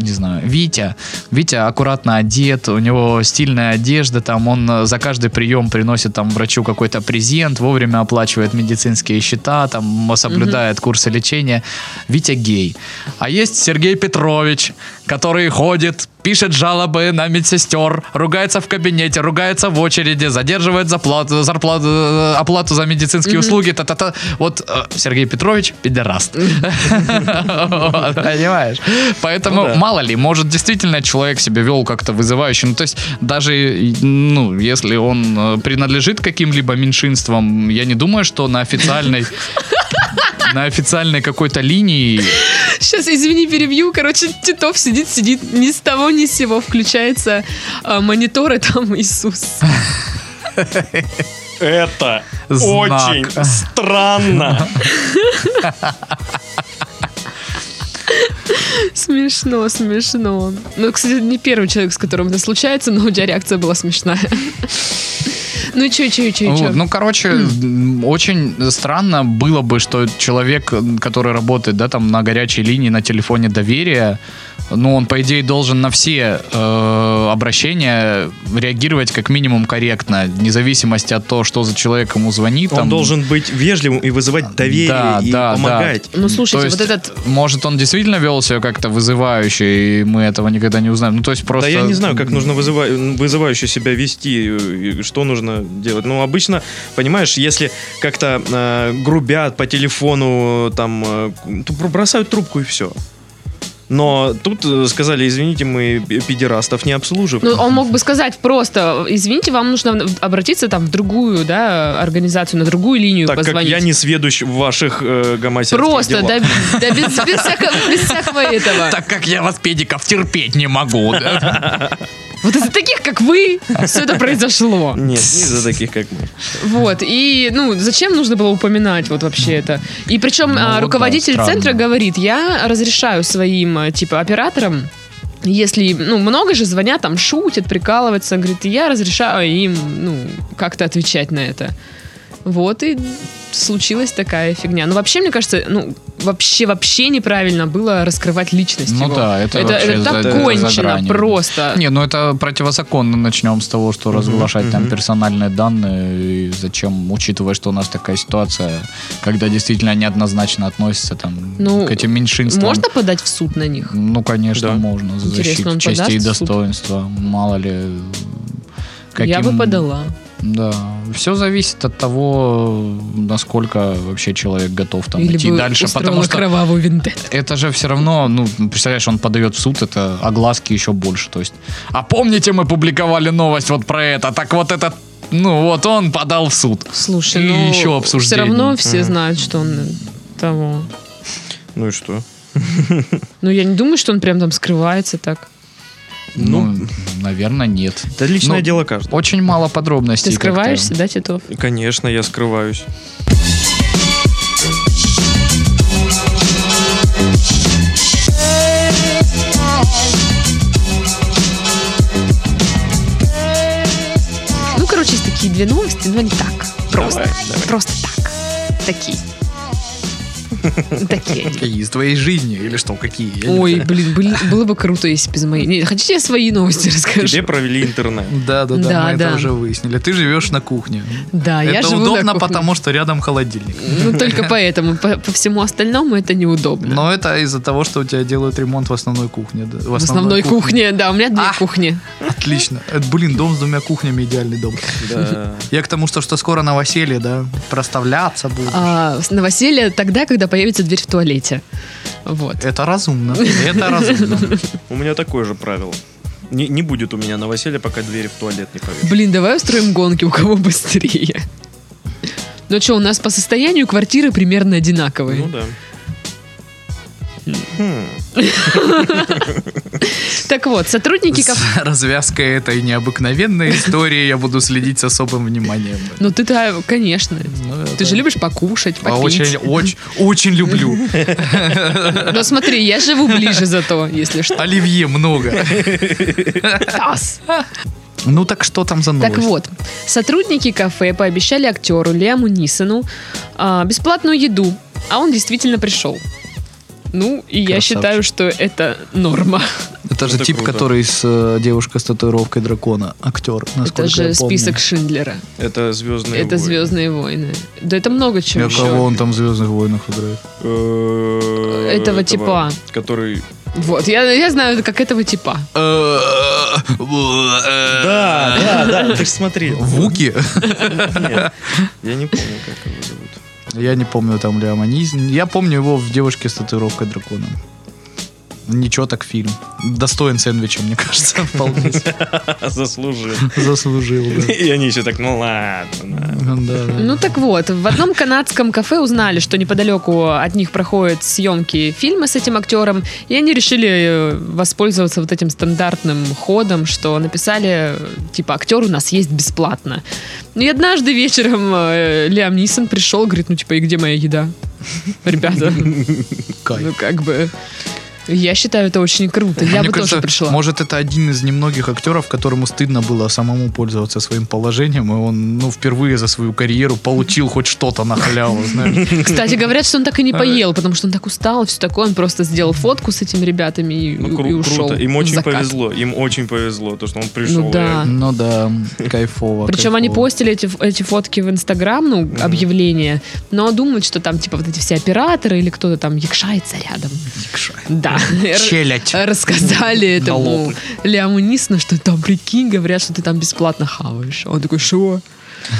Speaker 2: не знаю, Витя. Витя аккуратно одет, у него стильная одежда, там он э, за каждый прием приносит там врачу какой-то презент, вовремя оплачивает медицинские счета, там э, соблюдает курсы лечения. Витя гей. А есть Сергей Петрович, который ходит, пишет жалобы на медсестер, ругается в кабинете, ругается в очереди, задерживает заплату, зарплату, э, оплату за медицинские услуги. Та-та-та. Вот э, Сергей Петрович педераст. Вот, Понимаешь?
Speaker 3: Ну
Speaker 2: Поэтому,
Speaker 3: да.
Speaker 2: мало ли, может, действительно человек себя вел как-то вызывающе. Ну, то есть, даже, ну, если он э, принадлежит каким-либо меньшинствам, я не думаю, что на официальной... На официальной какой-то линии
Speaker 1: Сейчас, извини, перебью. Короче, Титов сидит, сидит, ни с того, ни с сего включается а, монитор, и там Иисус.
Speaker 3: Это
Speaker 2: Знак.
Speaker 3: очень странно.
Speaker 1: Смешно, смешно. Ну, кстати, не первый человек, с которым это случается, но у тебя реакция была смешная. Ну, чё, чё, чё, чё.
Speaker 2: Вот, ну, короче,
Speaker 3: Хм.
Speaker 2: м, очень странно было бы, что человек, м, который работает, да, там на горячей линии, на телефоне доверия, ну, он, по идее, должен на все э, обращения реагировать как минимум корректно, вне зависимости от того, что за человек ему звонит.
Speaker 3: Он
Speaker 2: там.
Speaker 3: должен быть вежливым и вызывать доверие
Speaker 2: Да,
Speaker 3: и
Speaker 2: да, да.
Speaker 3: помогать.
Speaker 1: Ну, слушайте,
Speaker 2: То есть,
Speaker 1: вот этот...
Speaker 2: Может, он действительно вел себя как-то вызывающе, и мы этого никогда не узнаем. Ну, то есть просто...
Speaker 3: Да я не знаю, как нужно вызыва- вызывающе себя вести, э, и что нужно делать. Ну, обычно, понимаешь, если как-то э, грубят по телефону, там, э, то бро- бросают трубку и все. Но тут э, сказали, извините, мы пе- педерастов не
Speaker 1: Ну,
Speaker 3: обслуживаем.
Speaker 1: он мог бы сказать просто, извините, вам нужно в- обратиться там в другую, да, организацию, на другую линию
Speaker 3: так как
Speaker 1: позвонить.
Speaker 3: я не сведущ в ваших э, гомосексуальных
Speaker 1: Просто,
Speaker 3: делах.
Speaker 1: да, да без, без всякого, без всякого этого.
Speaker 2: Так как я вас, педиков, терпеть не могу. да.
Speaker 1: Вот из-за таких, как вы, все это произошло.
Speaker 3: Нет, не из-за таких, как мы.
Speaker 1: Вот, и, ну, зачем нужно было упоминать вот вообще это? И причем
Speaker 2: Ну
Speaker 1: а,
Speaker 2: вот да,
Speaker 1: руководитель
Speaker 2: странно.
Speaker 1: центра говорит, я разрешаю своим, а, типа, операторам, если, ну, много же звонят, там, шутят, прикалываются, говорит, я разрешаю им, ну, как-то отвечать на это. Вот и случилась такая фигня. Ну, вообще, мне кажется, ну, вообще-вообще неправильно было раскрывать личность
Speaker 2: Ну
Speaker 1: его.
Speaker 2: да, это
Speaker 1: Это,
Speaker 2: вообще
Speaker 1: это так
Speaker 2: за- это за
Speaker 1: кончено
Speaker 2: гранью.
Speaker 1: просто.
Speaker 2: Не, ну это противозаконно. Начнем с того, что разглашать там
Speaker 3: мгм.
Speaker 2: персональные данные. И зачем, учитывая, что у нас такая ситуация, когда действительно неоднозначно относятся там
Speaker 1: Ну,
Speaker 2: к этим меньшинствам.
Speaker 1: Можно подать в суд на них?
Speaker 2: Ну, конечно,
Speaker 3: Да.
Speaker 2: можно. За
Speaker 1: Интересно, он
Speaker 2: защиту чести и
Speaker 1: подаст в суд?
Speaker 2: достоинства. Мало ли. э,
Speaker 1: Я бы
Speaker 2: каким-
Speaker 1: подала.
Speaker 2: Да. Все зависит от того, насколько вообще человек готов там идти
Speaker 1: бы
Speaker 2: дальше.
Speaker 1: устроила
Speaker 2: Потому что
Speaker 1: кровавую вендетту.
Speaker 2: это же все равно, ну, представляешь, он подает в суд, это огласки еще больше. То есть, а помните, мы публиковали новость вот про это? Так вот этот, ну, вот он подал в суд.
Speaker 1: Слушай,
Speaker 2: И
Speaker 1: ну,
Speaker 2: еще обсуждение.
Speaker 1: Все равно все
Speaker 3: Мгм.
Speaker 1: знают, что он того.
Speaker 3: Ну и что?
Speaker 1: Ну, я не думаю, что он прям там скрывается так.
Speaker 2: Ну,
Speaker 3: Ну.
Speaker 2: наверное, нет.
Speaker 3: Это личное
Speaker 2: Ну,
Speaker 3: дело каждого.
Speaker 2: Очень мало
Speaker 1: Ты
Speaker 2: подробностей. как-то.
Speaker 1: скрываешься, да, Титов?
Speaker 3: Конечно, я скрываюсь.
Speaker 1: Ну, короче, есть такие две новости, но они так. Просто. Просто так. Такие. Такие. они.
Speaker 2: Из твоей жизни или что, какие? Я не
Speaker 1: Ой, блин, блин, было бы круто, если без моей. Не, хотите, я свои новости расскажу?
Speaker 3: Тебе провели интернет.
Speaker 2: Да, да, да,
Speaker 1: Да,
Speaker 2: мы
Speaker 1: да.
Speaker 2: это уже выяснили. Ты живешь на кухне.
Speaker 1: Да, я
Speaker 2: это
Speaker 1: живу на
Speaker 2: удобно,
Speaker 1: кухне.
Speaker 2: потому что рядом холодильник.
Speaker 1: Ну, только поэтому. По, по всему остальному это неудобно.
Speaker 2: Но это из-за того, что у тебя делают ремонт в основной кухне. да,
Speaker 1: в основной кухне. да, у меня две
Speaker 2: А.
Speaker 1: кухни.
Speaker 2: Отлично. Это, блин, дом с двумя кухнями идеальный дом.
Speaker 3: Да.
Speaker 2: Я к тому, что, что скоро новоселье, да? Проставляться будешь.
Speaker 1: А, с- новоселье тогда, когда появится дверь в туалете. Вот.
Speaker 2: Это разумно. Это разумно.
Speaker 3: У меня такое же правило. Не, не будет у меня новоселья, пока двери в туалет не повешу.
Speaker 1: Блин, давай устроим гонки, у кого быстрее. Ну что, у нас по состоянию квартиры примерно одинаковые.
Speaker 3: Ну да. Хм.
Speaker 1: Так вот, сотрудники
Speaker 2: С
Speaker 1: кафе...
Speaker 2: развязкой этой необыкновенной истории я буду следить с особым вниманием.
Speaker 1: Ну ты-то, конечно.
Speaker 2: Ну, это-
Speaker 1: Ты же любишь покушать,
Speaker 2: А
Speaker 1: попить.
Speaker 2: Очень, очень, очень люблю.
Speaker 1: Но смотри, я живу ближе зато, если что.
Speaker 2: Оливье много.
Speaker 1: Тас!
Speaker 2: Ну так что там за новость?
Speaker 1: Так вот, сотрудники кафе пообещали актеру Лиаму Нисону а, бесплатную еду, а он действительно пришел. Ну, и я
Speaker 2: Красавчик.
Speaker 1: считаю, что это норма.
Speaker 2: Это же
Speaker 3: Это
Speaker 2: тип,
Speaker 3: круто.
Speaker 2: который с э, девушкой с татуировкой дракона, актер, насколько
Speaker 1: это же
Speaker 2: я помню.
Speaker 1: список Шиндлера.
Speaker 3: Это звездные
Speaker 1: Это «Звездные войны». Да это много
Speaker 2: Я
Speaker 1: чего еще.
Speaker 2: кого он там в Звездных войнах играет?
Speaker 3: Э, Этого,
Speaker 1: Этого типа.
Speaker 3: Который...
Speaker 1: Вот, я, я знаю, как этого типа.
Speaker 3: Да, да, да. Ты же смотри.
Speaker 2: Вуки?
Speaker 3: Нет, Я не помню, как его зовут.
Speaker 2: Я не помню там Лиама Нисона. Я помню его в «Девушке с татуировкой дракона». Ничего так фильм. Достоин сэндвича, мне кажется, вполне себе.
Speaker 3: Заслужил.
Speaker 2: заслужил. да.
Speaker 3: И они еще так, ну ладно.
Speaker 2: Да, да.
Speaker 1: Ну так вот, в одном канадском кафе узнали, что неподалеку от них проходят съемки фильма с этим актером, и они решили э, воспользоваться вот этим стандартным ходом, что написали, э, типа, актер у нас есть бесплатно. Ну и однажды вечером э, Лиам Нисон пришел, говорит, ну типа, и где моя еда? Ребята,
Speaker 2: Кайф.
Speaker 1: ну как бы... Я считаю, это очень круто. Я
Speaker 4: Мне
Speaker 1: бы
Speaker 4: кажется,
Speaker 1: тоже пришла.
Speaker 4: Может, это один из немногих актеров, которому стыдно было самому пользоваться своим положением, и он, ну, впервые за свою карьеру получил хоть что-то на халяву, знаешь.
Speaker 1: Кстати, говорят, что он так и не
Speaker 3: А.
Speaker 1: поел, потому что он так устал, все такое. Он просто сделал фотку с этими ребятами и,
Speaker 3: Ну, кру-
Speaker 1: и ушел.
Speaker 3: круто. Им
Speaker 1: в
Speaker 3: очень
Speaker 1: закат.
Speaker 3: повезло. Им очень повезло, то, что он пришел.
Speaker 1: Ну да.
Speaker 4: Ну да, кайфово.
Speaker 1: Причем они
Speaker 4: кайфово.
Speaker 1: постили эти, эти фотки в Инстаграм, ну, объявления, но думают, что там, типа, вот эти все операторы или кто-то там якшается рядом. Да.
Speaker 4: Челядь.
Speaker 1: Р- Рассказали этому
Speaker 4: лоб.
Speaker 1: Лиаму Нисону, что там, прикинь, говорят, что ты там бесплатно хаваешь. А Он такой, что?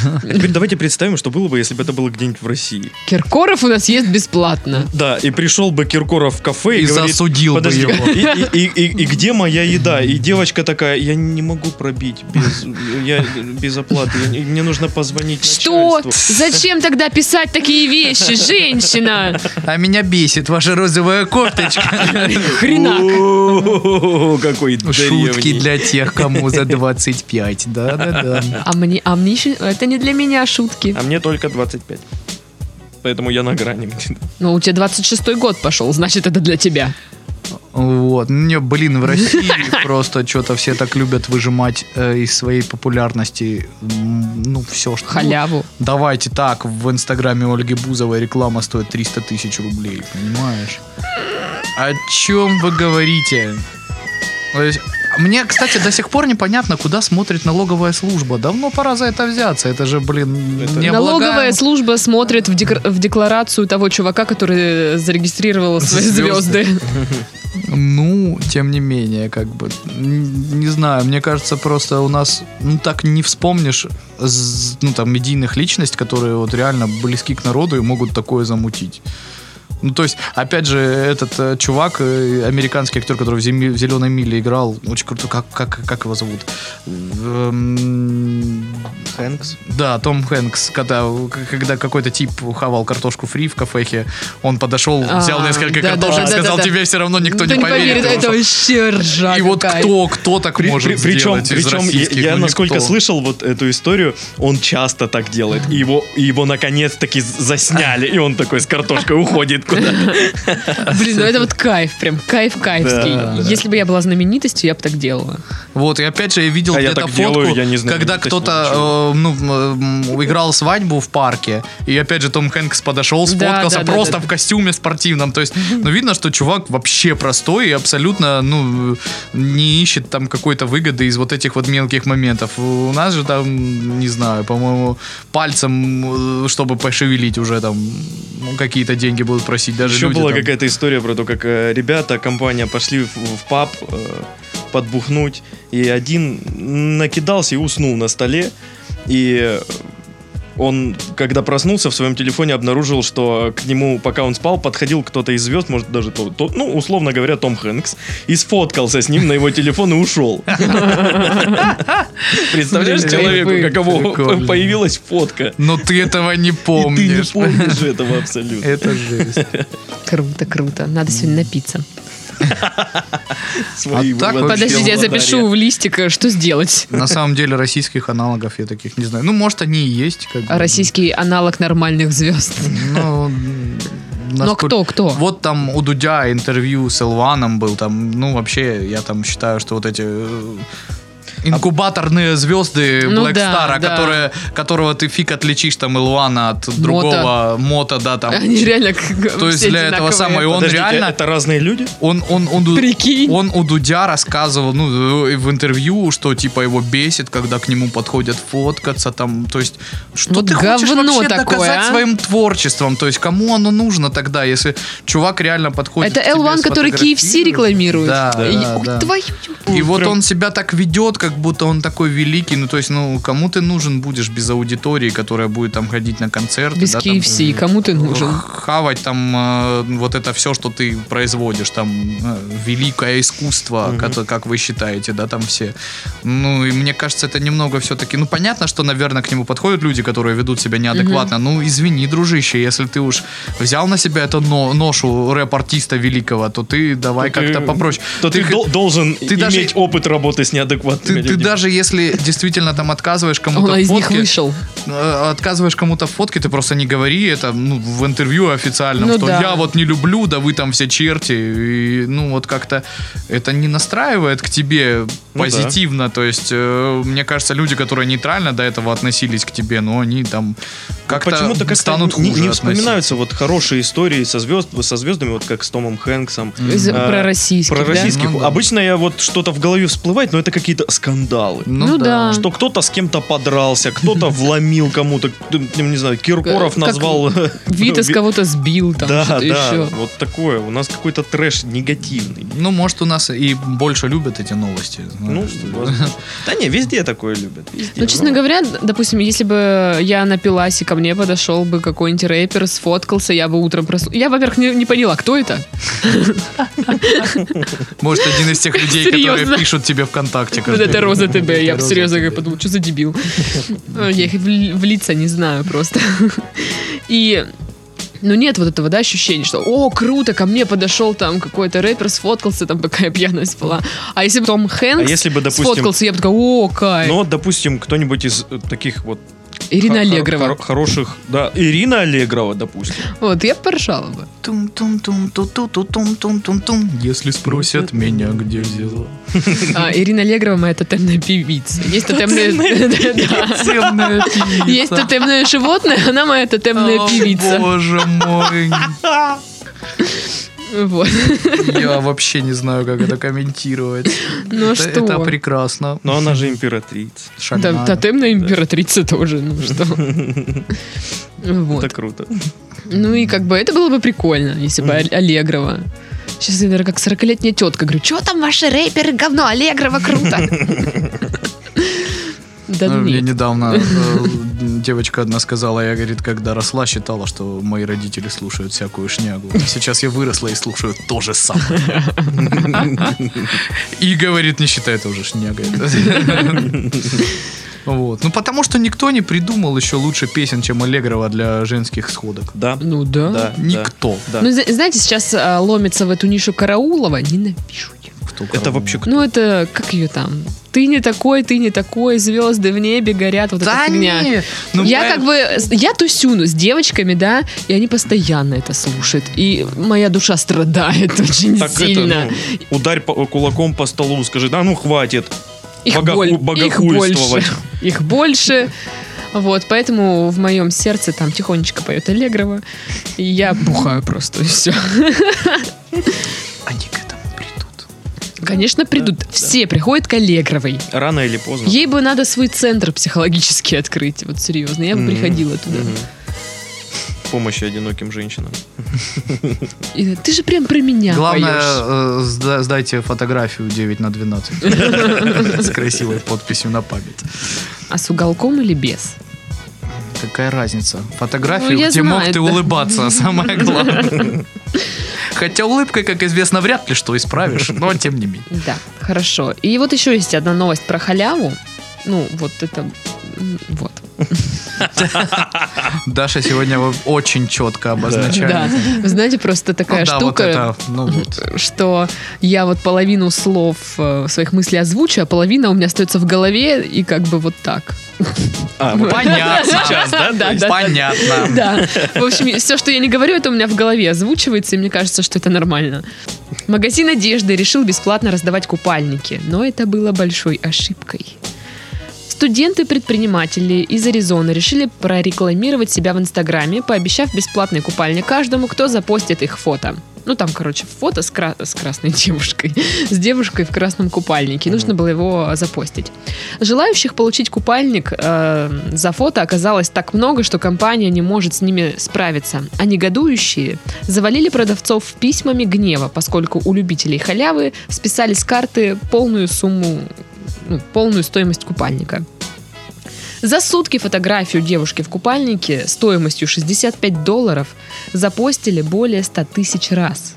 Speaker 3: А теперь давайте представим, что было бы, если бы это было где-нибудь в России.
Speaker 1: Киркоров у нас ест бесплатно.
Speaker 3: Да, и пришел бы Киркоров в кафе и,
Speaker 4: И
Speaker 3: говорит,
Speaker 4: засудил бы
Speaker 3: «Подожди,
Speaker 4: его».
Speaker 3: И, и- и- и где моя еда? И девочка такая, я не могу пробить без, я, без оплаты. Я не- мне нужно позвонить
Speaker 1: Что?
Speaker 3: начальству».
Speaker 1: Зачем тогда писать такие вещи, женщина?
Speaker 4: А меня бесит ваша розовая кофточка.
Speaker 1: Хрена.
Speaker 3: О, Какой
Speaker 4: Ну, Шутки
Speaker 3: древний.
Speaker 4: для тех, кому за 25. Да-да-да.
Speaker 1: А мне, а мне еще- это не для меня шутки.
Speaker 3: А мне только 25. Поэтому я на грани.
Speaker 1: Ну, у тебя 26-й год пошел, значит, это для тебя.
Speaker 4: Вот. Мне, блин, в России просто что-то все так любят выжимать э, из своей популярности м, ну, все, что... ну,
Speaker 1: Халяву.
Speaker 4: Давайте так, в инстаграме Ольги Бузовой реклама стоит 300 тысяч рублей, понимаешь? О чем вы говорите? То есть, Мне, кстати, до сих пор непонятно, куда смотрит налоговая служба. Давно пора за это взяться. Это же, блин,
Speaker 3: Это-
Speaker 4: не
Speaker 1: Налоговая
Speaker 4: облагаемо.
Speaker 1: служба смотрит в, декр- в декларацию того чувака, который э, зарегистрировал свои
Speaker 4: Звезды.
Speaker 1: звезды.
Speaker 4: Ну, тем не менее, как бы, н- не знаю, мне кажется, просто у нас, ну, так не вспомнишь, з- ну, там, медийных личностей, которые вот реально близки к народу и могут такое замутить. Ну, то есть, опять же, этот э, чувак, э, американский актер, который в, «Земи- в «Зеленой миле» играл, очень круто, как, как, как его зовут? Эм,
Speaker 3: Хэнкс.
Speaker 4: да, Том Хэнкс, когда, когда какой-то тип хавал картошку фри в кафехе, он подошел,
Speaker 1: А,
Speaker 4: взял несколько
Speaker 1: да,
Speaker 4: картошек,
Speaker 1: да, да,
Speaker 4: сказал,
Speaker 1: да, да.
Speaker 4: тебе все равно никто не поверит. потому
Speaker 1: это
Speaker 4: что-
Speaker 1: вообще ржа
Speaker 4: И вот
Speaker 1: какая.
Speaker 4: кто, кто так
Speaker 3: При-
Speaker 4: может
Speaker 3: при- причем,
Speaker 4: сделать из
Speaker 3: причем я-
Speaker 4: российских?
Speaker 3: я,
Speaker 4: Ну,
Speaker 3: насколько
Speaker 4: никто.
Speaker 3: слышал вот эту историю, он часто так делает. И его, и его наконец-таки засняли, и он такой с картошкой уходит куда-то.
Speaker 1: Блин, ну это вот кайф, прям кайф кайфский.
Speaker 3: Да,
Speaker 1: Если бы я была знаменитостью, я бы так делала.
Speaker 4: Вот, и опять же, я видел
Speaker 3: А я
Speaker 4: где-то
Speaker 3: так
Speaker 4: фотку,
Speaker 3: делаю, я не знаю,
Speaker 4: когда
Speaker 3: точно
Speaker 4: кто-то э, ну, м, играл свадьбу в парке, и опять же Том Хэнкс
Speaker 1: Да,
Speaker 4: подошел, сфоткался
Speaker 1: да, да,
Speaker 4: просто
Speaker 1: да.
Speaker 4: в костюме спортивном. То есть, ну, видно, что чувак вообще простой и абсолютно, ну, не ищет там какой-то выгоды из вот этих вот мелких моментов. У нас же там, не знаю, по-моему, пальцем, э, чтобы пошевелить уже там ну, какие-то деньги будут просить. Даже
Speaker 3: Еще
Speaker 4: люди
Speaker 3: была
Speaker 4: там-
Speaker 3: какая-то история про то, как э, ребята, компания пошли в, в паб э, подбухнуть, и один накидался и уснул на столе, и он, когда проснулся, в своем телефоне обнаружил, что к нему, пока он спал, подходил кто-то из звезд, может даже, то, то- ну, условно говоря, Том Хэнкс, и сфоткался с ним на его телефон и ушел. Представляешь,
Speaker 1: Блин,
Speaker 3: человеку,
Speaker 1: кайфы.
Speaker 3: каково
Speaker 4: Прикольно.
Speaker 3: появилась фотка.
Speaker 4: Но ты этого не
Speaker 3: И ты не
Speaker 4: помнишь. Э,
Speaker 3: помнишь этого абсолютно.
Speaker 4: Это жесть.
Speaker 1: Круто, круто. Надо сегодня напиться.
Speaker 3: Свои
Speaker 4: А так
Speaker 3: выводы
Speaker 4: вообще
Speaker 1: Подождите, я
Speaker 3: сделал
Speaker 1: запишу в листик, э, что сделать.
Speaker 4: На самом деле российских аналогов я таких не знаю. Ну, может, они и есть. Как бы.
Speaker 1: А Российский аналог нормальных звезд.
Speaker 4: Ну, м,
Speaker 1: Но
Speaker 4: насколько-
Speaker 1: кто, кто?
Speaker 4: Вот там у Дудя интервью с Элваном был. Там, ну, вообще, я там считаю, что вот эти э, инкубаторные звезды
Speaker 1: Ну
Speaker 4: Black
Speaker 1: да,
Speaker 4: Star,
Speaker 1: да.
Speaker 4: которые- которого ты фиг отличишь там Илвана от другого мота, да, там.
Speaker 1: Они реально как-
Speaker 4: То есть
Speaker 1: все
Speaker 4: для этого
Speaker 1: одинаковые.
Speaker 4: самого, и он
Speaker 3: Подождите,
Speaker 4: реально-
Speaker 3: Это разные люди?
Speaker 4: Он, он, он, у-
Speaker 1: Прикинь.
Speaker 4: он у Дудя рассказывал, ну, э, в интервью, что типа его бесит, когда к нему подходят фоткаться, там, то есть, что
Speaker 1: Вот
Speaker 4: ты хочешь
Speaker 1: Ну, говно
Speaker 4: вообще
Speaker 1: такое,
Speaker 4: доказать
Speaker 1: а?
Speaker 4: своим творчеством, то есть, кому оно нужно тогда, если чувак реально подходит
Speaker 1: Это
Speaker 4: к тебе,
Speaker 1: L1, который KFC
Speaker 4: сфотографирует?
Speaker 1: рекламирует.
Speaker 4: Да,
Speaker 1: И-
Speaker 4: да,
Speaker 1: Ух,
Speaker 4: да.
Speaker 1: твою-
Speaker 4: И вот
Speaker 3: Прям-
Speaker 4: он себя так ведет, как будто он такой великий, ну, то есть, ну, кому ты нужен будешь без аудитории, которая будет там ходить на концерты,
Speaker 1: Без
Speaker 4: да, там,
Speaker 1: KFC, кому ты нужен?
Speaker 4: хавать там э, вот это все, что ты производишь, там э, великое искусство,
Speaker 3: Мгм.
Speaker 4: кото- как, вы считаете, да, там все. Ну и мне кажется, это немного все-таки, ну понятно, что, наверное, к нему подходят люди, которые ведут себя неадекватно. Ну извини, дружище, если ты уж взял на себя эту но- ношу рэп-артиста великого, то ты давай
Speaker 3: То ты-
Speaker 4: как-то попроще.
Speaker 3: То ты,
Speaker 4: х-
Speaker 3: дол- должен
Speaker 4: ты
Speaker 3: иметь
Speaker 4: даже-
Speaker 3: опыт работы с неадекватными
Speaker 4: ты ты,
Speaker 3: приходил
Speaker 4: ты
Speaker 3: Дима.
Speaker 4: даже если действительно там отказываешь кому-то
Speaker 1: Ну, Он
Speaker 4: в
Speaker 1: из них
Speaker 4: фотке,
Speaker 1: вышел.
Speaker 4: э, отказываешь кому-то в фотке, ты просто не говори это ну, в интервью официальном,
Speaker 1: Ну
Speaker 4: что
Speaker 1: да.
Speaker 4: я вот не люблю, да вы там все черти. И, ну вот как-то это не настраивает к тебе
Speaker 3: Ну
Speaker 4: позитивно. То есть, э, мне кажется, люди, которые нейтрально до этого относились к тебе, но они там как-то
Speaker 3: Ну, Почему-то как-то
Speaker 4: станут
Speaker 3: не,
Speaker 4: хуже
Speaker 3: не
Speaker 4: относиться.
Speaker 3: вспоминаются вот хорошие истории со, звезд, со звездами, вот как с Томом Хэнксом.
Speaker 1: Из-
Speaker 3: Э,
Speaker 1: Про российский,
Speaker 3: Про российских.
Speaker 4: Ну да.
Speaker 3: Обычно я вот что-то в голове всплывает, но это какие-то скандалы.
Speaker 1: Ну да.
Speaker 3: Что кто-то с кем-то подрался, кто-то вломил кому-то, ну, не знаю, Киркоров
Speaker 1: Э, Как- как
Speaker 3: назвал...
Speaker 1: Витас кого-то сбил там
Speaker 3: Да, да,
Speaker 1: что-то еще.
Speaker 3: вот такое. У нас какой-то трэш негативный.
Speaker 4: Ну, может, у нас и больше любят эти новости.
Speaker 3: Ну,
Speaker 4: знаешь, что ли.
Speaker 3: возможно. да не, везде такое любят. везде.
Speaker 1: Ну, честно
Speaker 3: Ну,
Speaker 1: говоря, д- допустим, если бы я напилась и ко мне подошел бы какой-нибудь рэпер, сфоткался, я бы утром проснулась. Я, во-первых, не, не поняла, кто это.
Speaker 3: Ну,
Speaker 4: Может, один из тех людей, которые
Speaker 1: Серьезно?
Speaker 4: пишут тебе ВКонтакте.
Speaker 1: Вот
Speaker 4: каждый
Speaker 1: это
Speaker 4: день.
Speaker 1: Роза ТБ. Я бы
Speaker 4: Роза
Speaker 1: серьезно как
Speaker 4: ТБ.
Speaker 1: подумала, что за дебил. Ну, Я их в ли- в лица не знаю просто. И ну нет вот этого, да, ощущения, что «О, круто, ко мне подошел там какой-то рэпер, сфоткался, там какая пьяная была». А если бы Том
Speaker 3: А
Speaker 1: Хэнкс
Speaker 3: если бы, допустим...
Speaker 1: сфоткался, я бы такая «О, кайф».
Speaker 3: Ну, вот, допустим, кто-нибудь из э, таких вот
Speaker 1: Ирина
Speaker 3: хор- хор-
Speaker 1: Аллегрова.
Speaker 3: хор- хороших, да, Ирина Аллегрова, допустим.
Speaker 1: Вот, я бы поржала бы.
Speaker 4: Тум-тум-тум-ту-ту-тум-тум-тум-тум. Если спросят меня, где взяла.
Speaker 1: А, Ирина Аллегрова моя тотемная певица. Есть тотемная... Да.
Speaker 4: Темная певица.
Speaker 1: Есть тотемное животное, она моя тотемная
Speaker 4: О,
Speaker 1: певица.
Speaker 4: Боже мой.
Speaker 1: Вот.
Speaker 4: Я вообще не знаю, как это комментировать.
Speaker 1: Ну
Speaker 4: Это- Это
Speaker 1: что?
Speaker 4: прекрасно.
Speaker 3: Но она же императрица.
Speaker 1: Да,
Speaker 4: Шальная.
Speaker 1: тотемная императрица тоже, ну что.
Speaker 3: Это
Speaker 1: Вот.
Speaker 3: круто.
Speaker 1: Ну и как бы это было бы прикольно, если бы Ал- Аллегрова. Сейчас я, наверное, как 40-летняя тетка говорю, что там ваши рэперы, говно, Аллегрова круто. Да
Speaker 4: Ну,
Speaker 1: ну
Speaker 4: Мне
Speaker 1: нет.
Speaker 4: недавно э, девочка одна сказала, я, говорит, когда росла, считала, что мои родители слушают всякую шнягу. А Сейчас я выросла и слушаю то же самое. И, говорит, не считай это уже шнягой. Вот. Ну, потому что никто не придумал еще лучше песен, чем Аллегрова для женских сходок.
Speaker 3: Да,
Speaker 1: Ну да.
Speaker 3: да, да.
Speaker 4: Никто.
Speaker 3: Да.
Speaker 1: Ну, зна- знаете, сейчас а, ломится в эту нишу Караулова, ненавижу ее.
Speaker 4: Кто
Speaker 3: Это
Speaker 4: кого.
Speaker 3: вообще
Speaker 1: Ну, это, как ее там? Ты не такой, ты не такой, звезды в небе горят, вот
Speaker 4: Да
Speaker 1: эта фигня.
Speaker 4: не. Ну,
Speaker 1: я
Speaker 4: э,
Speaker 1: как бы, с- я тусюну с девочками, да, и они постоянно это слушают. И моя душа страдает очень
Speaker 3: Так
Speaker 1: сильно.
Speaker 3: это, ну, ударь по- кулаком по столу, скажи, да ну хватит.
Speaker 1: их,
Speaker 3: богоху-
Speaker 1: боль- их
Speaker 3: богохульствовать.
Speaker 1: больше. Их больше. Вот, поэтому в моем сердце там тихонечко поет Аллегрова. И я бухаю просто, и все.
Speaker 4: Они к этому придут.
Speaker 1: Конечно, придут. Все приходят к Аллегровой.
Speaker 3: Рано или поздно.
Speaker 1: Ей бы надо свой центр психологически открыть. Вот серьезно, я бы
Speaker 3: Мгм.
Speaker 1: приходила туда.
Speaker 3: Мгм. Помощи одиноким женщинам.
Speaker 1: И, ты же прям про меня
Speaker 4: Главное,
Speaker 1: поешь.
Speaker 4: э, сда- сдайте фотографию 9 на 12 с красивой подписью на память.
Speaker 1: А с уголком или без?
Speaker 4: Какая разница? Фотографию,
Speaker 1: Ну, я
Speaker 4: где
Speaker 1: знаю,
Speaker 4: мог ты
Speaker 1: да.
Speaker 4: улыбаться, а самое главное. Хотя улыбкой, как известно, вряд ли что исправишь, но тем не менее.
Speaker 1: Да, хорошо. И вот еще есть одна новость про халяву. Ну, вот это... м, Вот.
Speaker 4: Даша сегодня вот очень четко
Speaker 1: Да.
Speaker 4: обозначает.
Speaker 1: Вы знаете, просто
Speaker 4: Ну
Speaker 1: такая
Speaker 4: да, вот
Speaker 1: штука,
Speaker 4: это, ну вот.
Speaker 1: что я вот половину слов э, своих мыслей озвучу, а половина у меня остается в голове, и как бы вот так.
Speaker 3: А, вот
Speaker 4: Понятно.
Speaker 3: сейчас, да?
Speaker 1: Да,
Speaker 3: То есть
Speaker 1: да.
Speaker 4: Понятно.
Speaker 1: Да. В общем, все, что я не говорю, это у меня в голове озвучивается, и мне кажется, что это нормально. Магазин одежды решил бесплатно раздавать купальники, но это было большой ошибкой. Студенты-предприниматели из Аризоны решили прорекламировать себя в Инстаграме, пообещав бесплатный купальник каждому, кто запостит их фото. Ну, там, короче, фото с, кра- с красной девушкой. С девушкой в красном купальнике. Нужно было его запостить. Желающих получить купальник э, за фото оказалось так много, что компания не может с ними справиться. А негодующие завалили продавцов письмами гнева, поскольку у любителей халявы списали с карты полную сумму, ну, полную стоимость купальника. За сутки фотографию девушки в купальнике стоимостью 65 долларов запостили более 100 тысяч раз.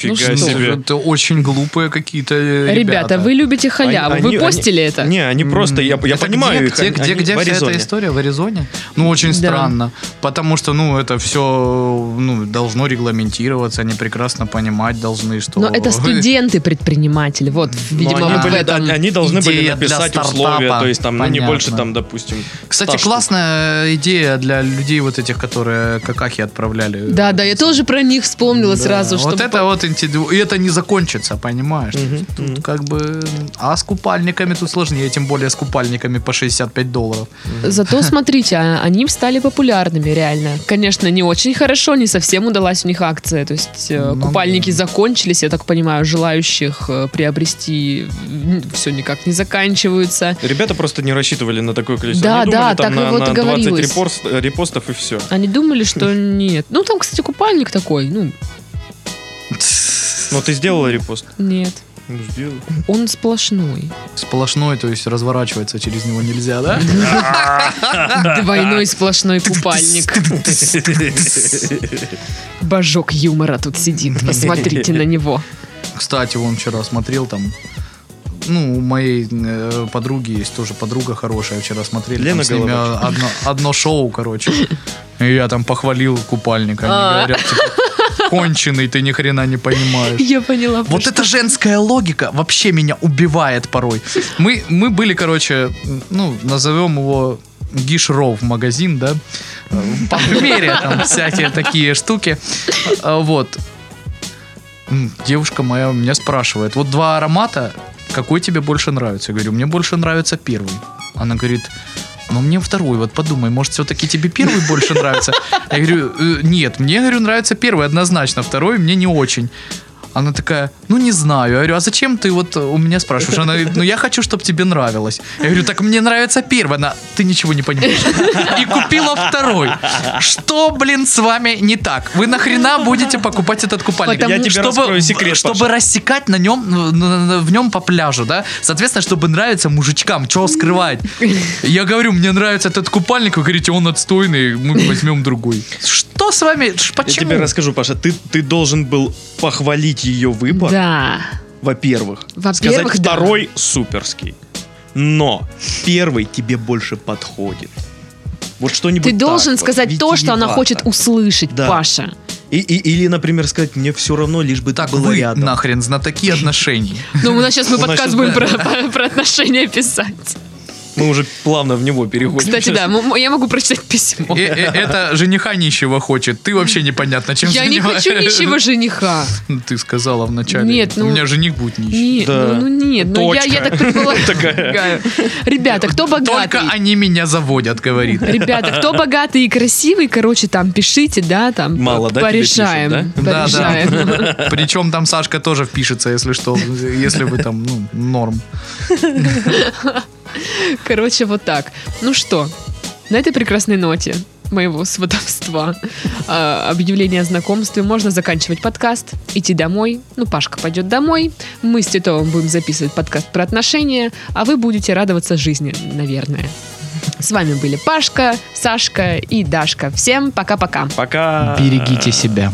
Speaker 1: Ну
Speaker 3: Фига
Speaker 1: что?
Speaker 3: себе.
Speaker 4: Это очень глупые какие-то э, ребята.
Speaker 1: Ребята, вы любите халяву.
Speaker 3: Они-
Speaker 1: вы
Speaker 3: они-
Speaker 1: постили
Speaker 3: они-
Speaker 1: это?
Speaker 3: Не, они просто, я, я
Speaker 4: Это
Speaker 3: понимаю,
Speaker 4: где,
Speaker 3: их,
Speaker 4: где,
Speaker 3: они-
Speaker 4: где,
Speaker 3: они
Speaker 4: где
Speaker 3: в
Speaker 4: вся
Speaker 3: Аризоне.
Speaker 4: эта история? В Аризоне? Ну, очень
Speaker 1: Да.
Speaker 4: странно. Потому что, ну, это все ну, должно регламентироваться, они прекрасно понимать должны, что...
Speaker 1: Но это студенты-предприниматели. Вот,
Speaker 3: Но
Speaker 1: видимо,
Speaker 3: они,
Speaker 1: вот в
Speaker 3: были-
Speaker 1: этом.
Speaker 3: они- они должны были
Speaker 4: идея для
Speaker 3: написать
Speaker 4: стартапа.
Speaker 3: условия, то есть там, ну, не
Speaker 4: Понятно.
Speaker 3: больше там, допустим.
Speaker 4: Кстати,
Speaker 3: 100 штук.
Speaker 4: классная идея для людей вот этих, которые какахи отправляли.
Speaker 1: Да, да, я тоже про них вспомнила
Speaker 4: Да.
Speaker 1: сразу, что
Speaker 4: Вот это вот интиду- и это не закончится, понимаешь?
Speaker 3: Мгм,
Speaker 4: Тут
Speaker 3: мгм.
Speaker 4: как бы... А с купальниками тут сложнее, тем более с купальниками по 65 долларов.
Speaker 1: Зато смотрите, а- они стали популярными реально. Конечно, не очень хорошо, не совсем удалась у них акция. То есть э,
Speaker 4: Ну,
Speaker 1: купальники
Speaker 4: да.
Speaker 1: закончились, я так понимаю, желающих э, приобрести все никак не заканчиваются.
Speaker 3: Ребята просто не рассчитывали на такое количество.
Speaker 1: Да,
Speaker 3: Они
Speaker 1: да,
Speaker 3: думали,
Speaker 1: так
Speaker 3: там
Speaker 1: и
Speaker 3: на,
Speaker 1: вот
Speaker 3: на 20
Speaker 1: говорилось.
Speaker 3: репорс- репостов и все.
Speaker 1: Они думали, что нет. Ну, там, кстати, купальник такой. Ну,
Speaker 3: Но ты сделала репост?
Speaker 1: нет.
Speaker 3: Ну, сделал.
Speaker 1: Он сплошной.
Speaker 4: Сплошной, то есть разворачиваться через него нельзя, да?
Speaker 1: Двойной сплошной купальник. Божок юмора тут сидит. Посмотрите на него.
Speaker 4: Кстати, вон вчера смотрел там. Ну, у моей э, подруги есть тоже подруга хорошая. Вчера смотрели
Speaker 3: Лена
Speaker 4: там с ними
Speaker 3: Головач.
Speaker 4: одно, одно шоу, короче. И я там похвалил купальника. Они
Speaker 1: А.
Speaker 4: говорят, типа, конченый, ты ни хрена не понимаешь.
Speaker 1: Я поняла. про
Speaker 4: Вот
Speaker 1: что.
Speaker 4: эта женская логика вообще меня убивает порой. Мы, мы были, короче, ну, назовем его Гишров магазин, да? Э, По примере там всякие такие штуки. А, Вот. М, Девушка моя меня спрашивает, вот два аромата, какой тебе больше нравится? Я говорю, мне больше нравится первый. Она говорит, но мне второй, вот подумай, может, все-таки тебе первый больше нравится? Я говорю, «Э, нет, мне, говорю, нравится первый однозначно, второй мне не очень. Она такая, ну не знаю. Я говорю, а зачем ты вот у меня спрашиваешь? Она говорит, ну я хочу, чтобы тебе нравилось. Я говорю, так мне нравится первый. Она, ты ничего не понимаешь. И купила второй. Что, блин, с вами не так? Вы нахрена будете покупать этот купальник?
Speaker 1: Потому- Я
Speaker 3: тебе раскрою секрет,
Speaker 4: Чтобы
Speaker 3: Паша.
Speaker 4: рассекать на нем, ну, на- на- в нем по пляжу, да? Соответственно, чтобы нравиться мужичкам, чего скрывать? Я говорю, мне нравится этот купальник, вы говорите, он отстойный, мы возьмем другой. Что с вами? Ш-
Speaker 3: Я
Speaker 4: Почему?
Speaker 3: тебе расскажу, Паша, ты, ты должен был похвалить ее выбор,
Speaker 1: Да.
Speaker 3: во-первых. Сказать,
Speaker 1: Во-первых, да.
Speaker 3: второй суперский. Но первый тебе больше подходит. Вот что-нибудь
Speaker 1: Ты
Speaker 3: так
Speaker 1: должен
Speaker 3: вот,
Speaker 1: сказать то, что она
Speaker 3: витиевато.
Speaker 1: хочет услышать,
Speaker 3: Да.
Speaker 1: Паша.
Speaker 3: И- и- или, например, сказать, мне все равно, лишь бы
Speaker 4: Так
Speaker 3: ты была
Speaker 4: вы
Speaker 3: рядом.
Speaker 4: нахрен знатоки отношений.
Speaker 1: Ну, у нас сейчас мы
Speaker 3: У нас
Speaker 1: подкаст
Speaker 3: щас,
Speaker 1: будем про, про- про отношения писать.
Speaker 3: Мы уже плавно в него переходим.
Speaker 1: Кстати, да, м- я могу прочитать письмо.
Speaker 4: Э, э, Это жениха нищего хочет. Ты вообще непонятно, чем
Speaker 1: Я не хочу
Speaker 4: занимаешься. Ну,
Speaker 1: нищего жениха.
Speaker 4: Ты сказала вначале.
Speaker 1: Нет, ну-
Speaker 4: У меня жених будет нищий.
Speaker 1: Нет,
Speaker 3: Да.
Speaker 1: ну, ну нет, ну я, я
Speaker 3: Точка.
Speaker 1: так предполагаю. Ребята, кто
Speaker 4: Только
Speaker 1: богатый?
Speaker 4: они меня заводят, говорит.
Speaker 1: Ребята, кто богатый и красивый, короче, там пишите, да, там
Speaker 3: Мало, да, тебе
Speaker 1: порешаем.
Speaker 3: пишут,
Speaker 4: Да, да.
Speaker 1: порешаем.
Speaker 4: Причем там Сашка тоже впишется, если что, если вы там, ну, норм.
Speaker 1: Короче, вот так. Ну что, на этой прекрасной ноте моего сватовства, э, объявления о знакомстве, можно заканчивать подкаст, идти домой. Ну, Пашка пойдет домой. Мы с Титовым будем записывать подкаст про отношения, а вы будете радоваться жизни, наверное. С вами были Пашка, Сашка и Дашка. Всем пока-пока.
Speaker 3: Пока.
Speaker 4: Берегите себя.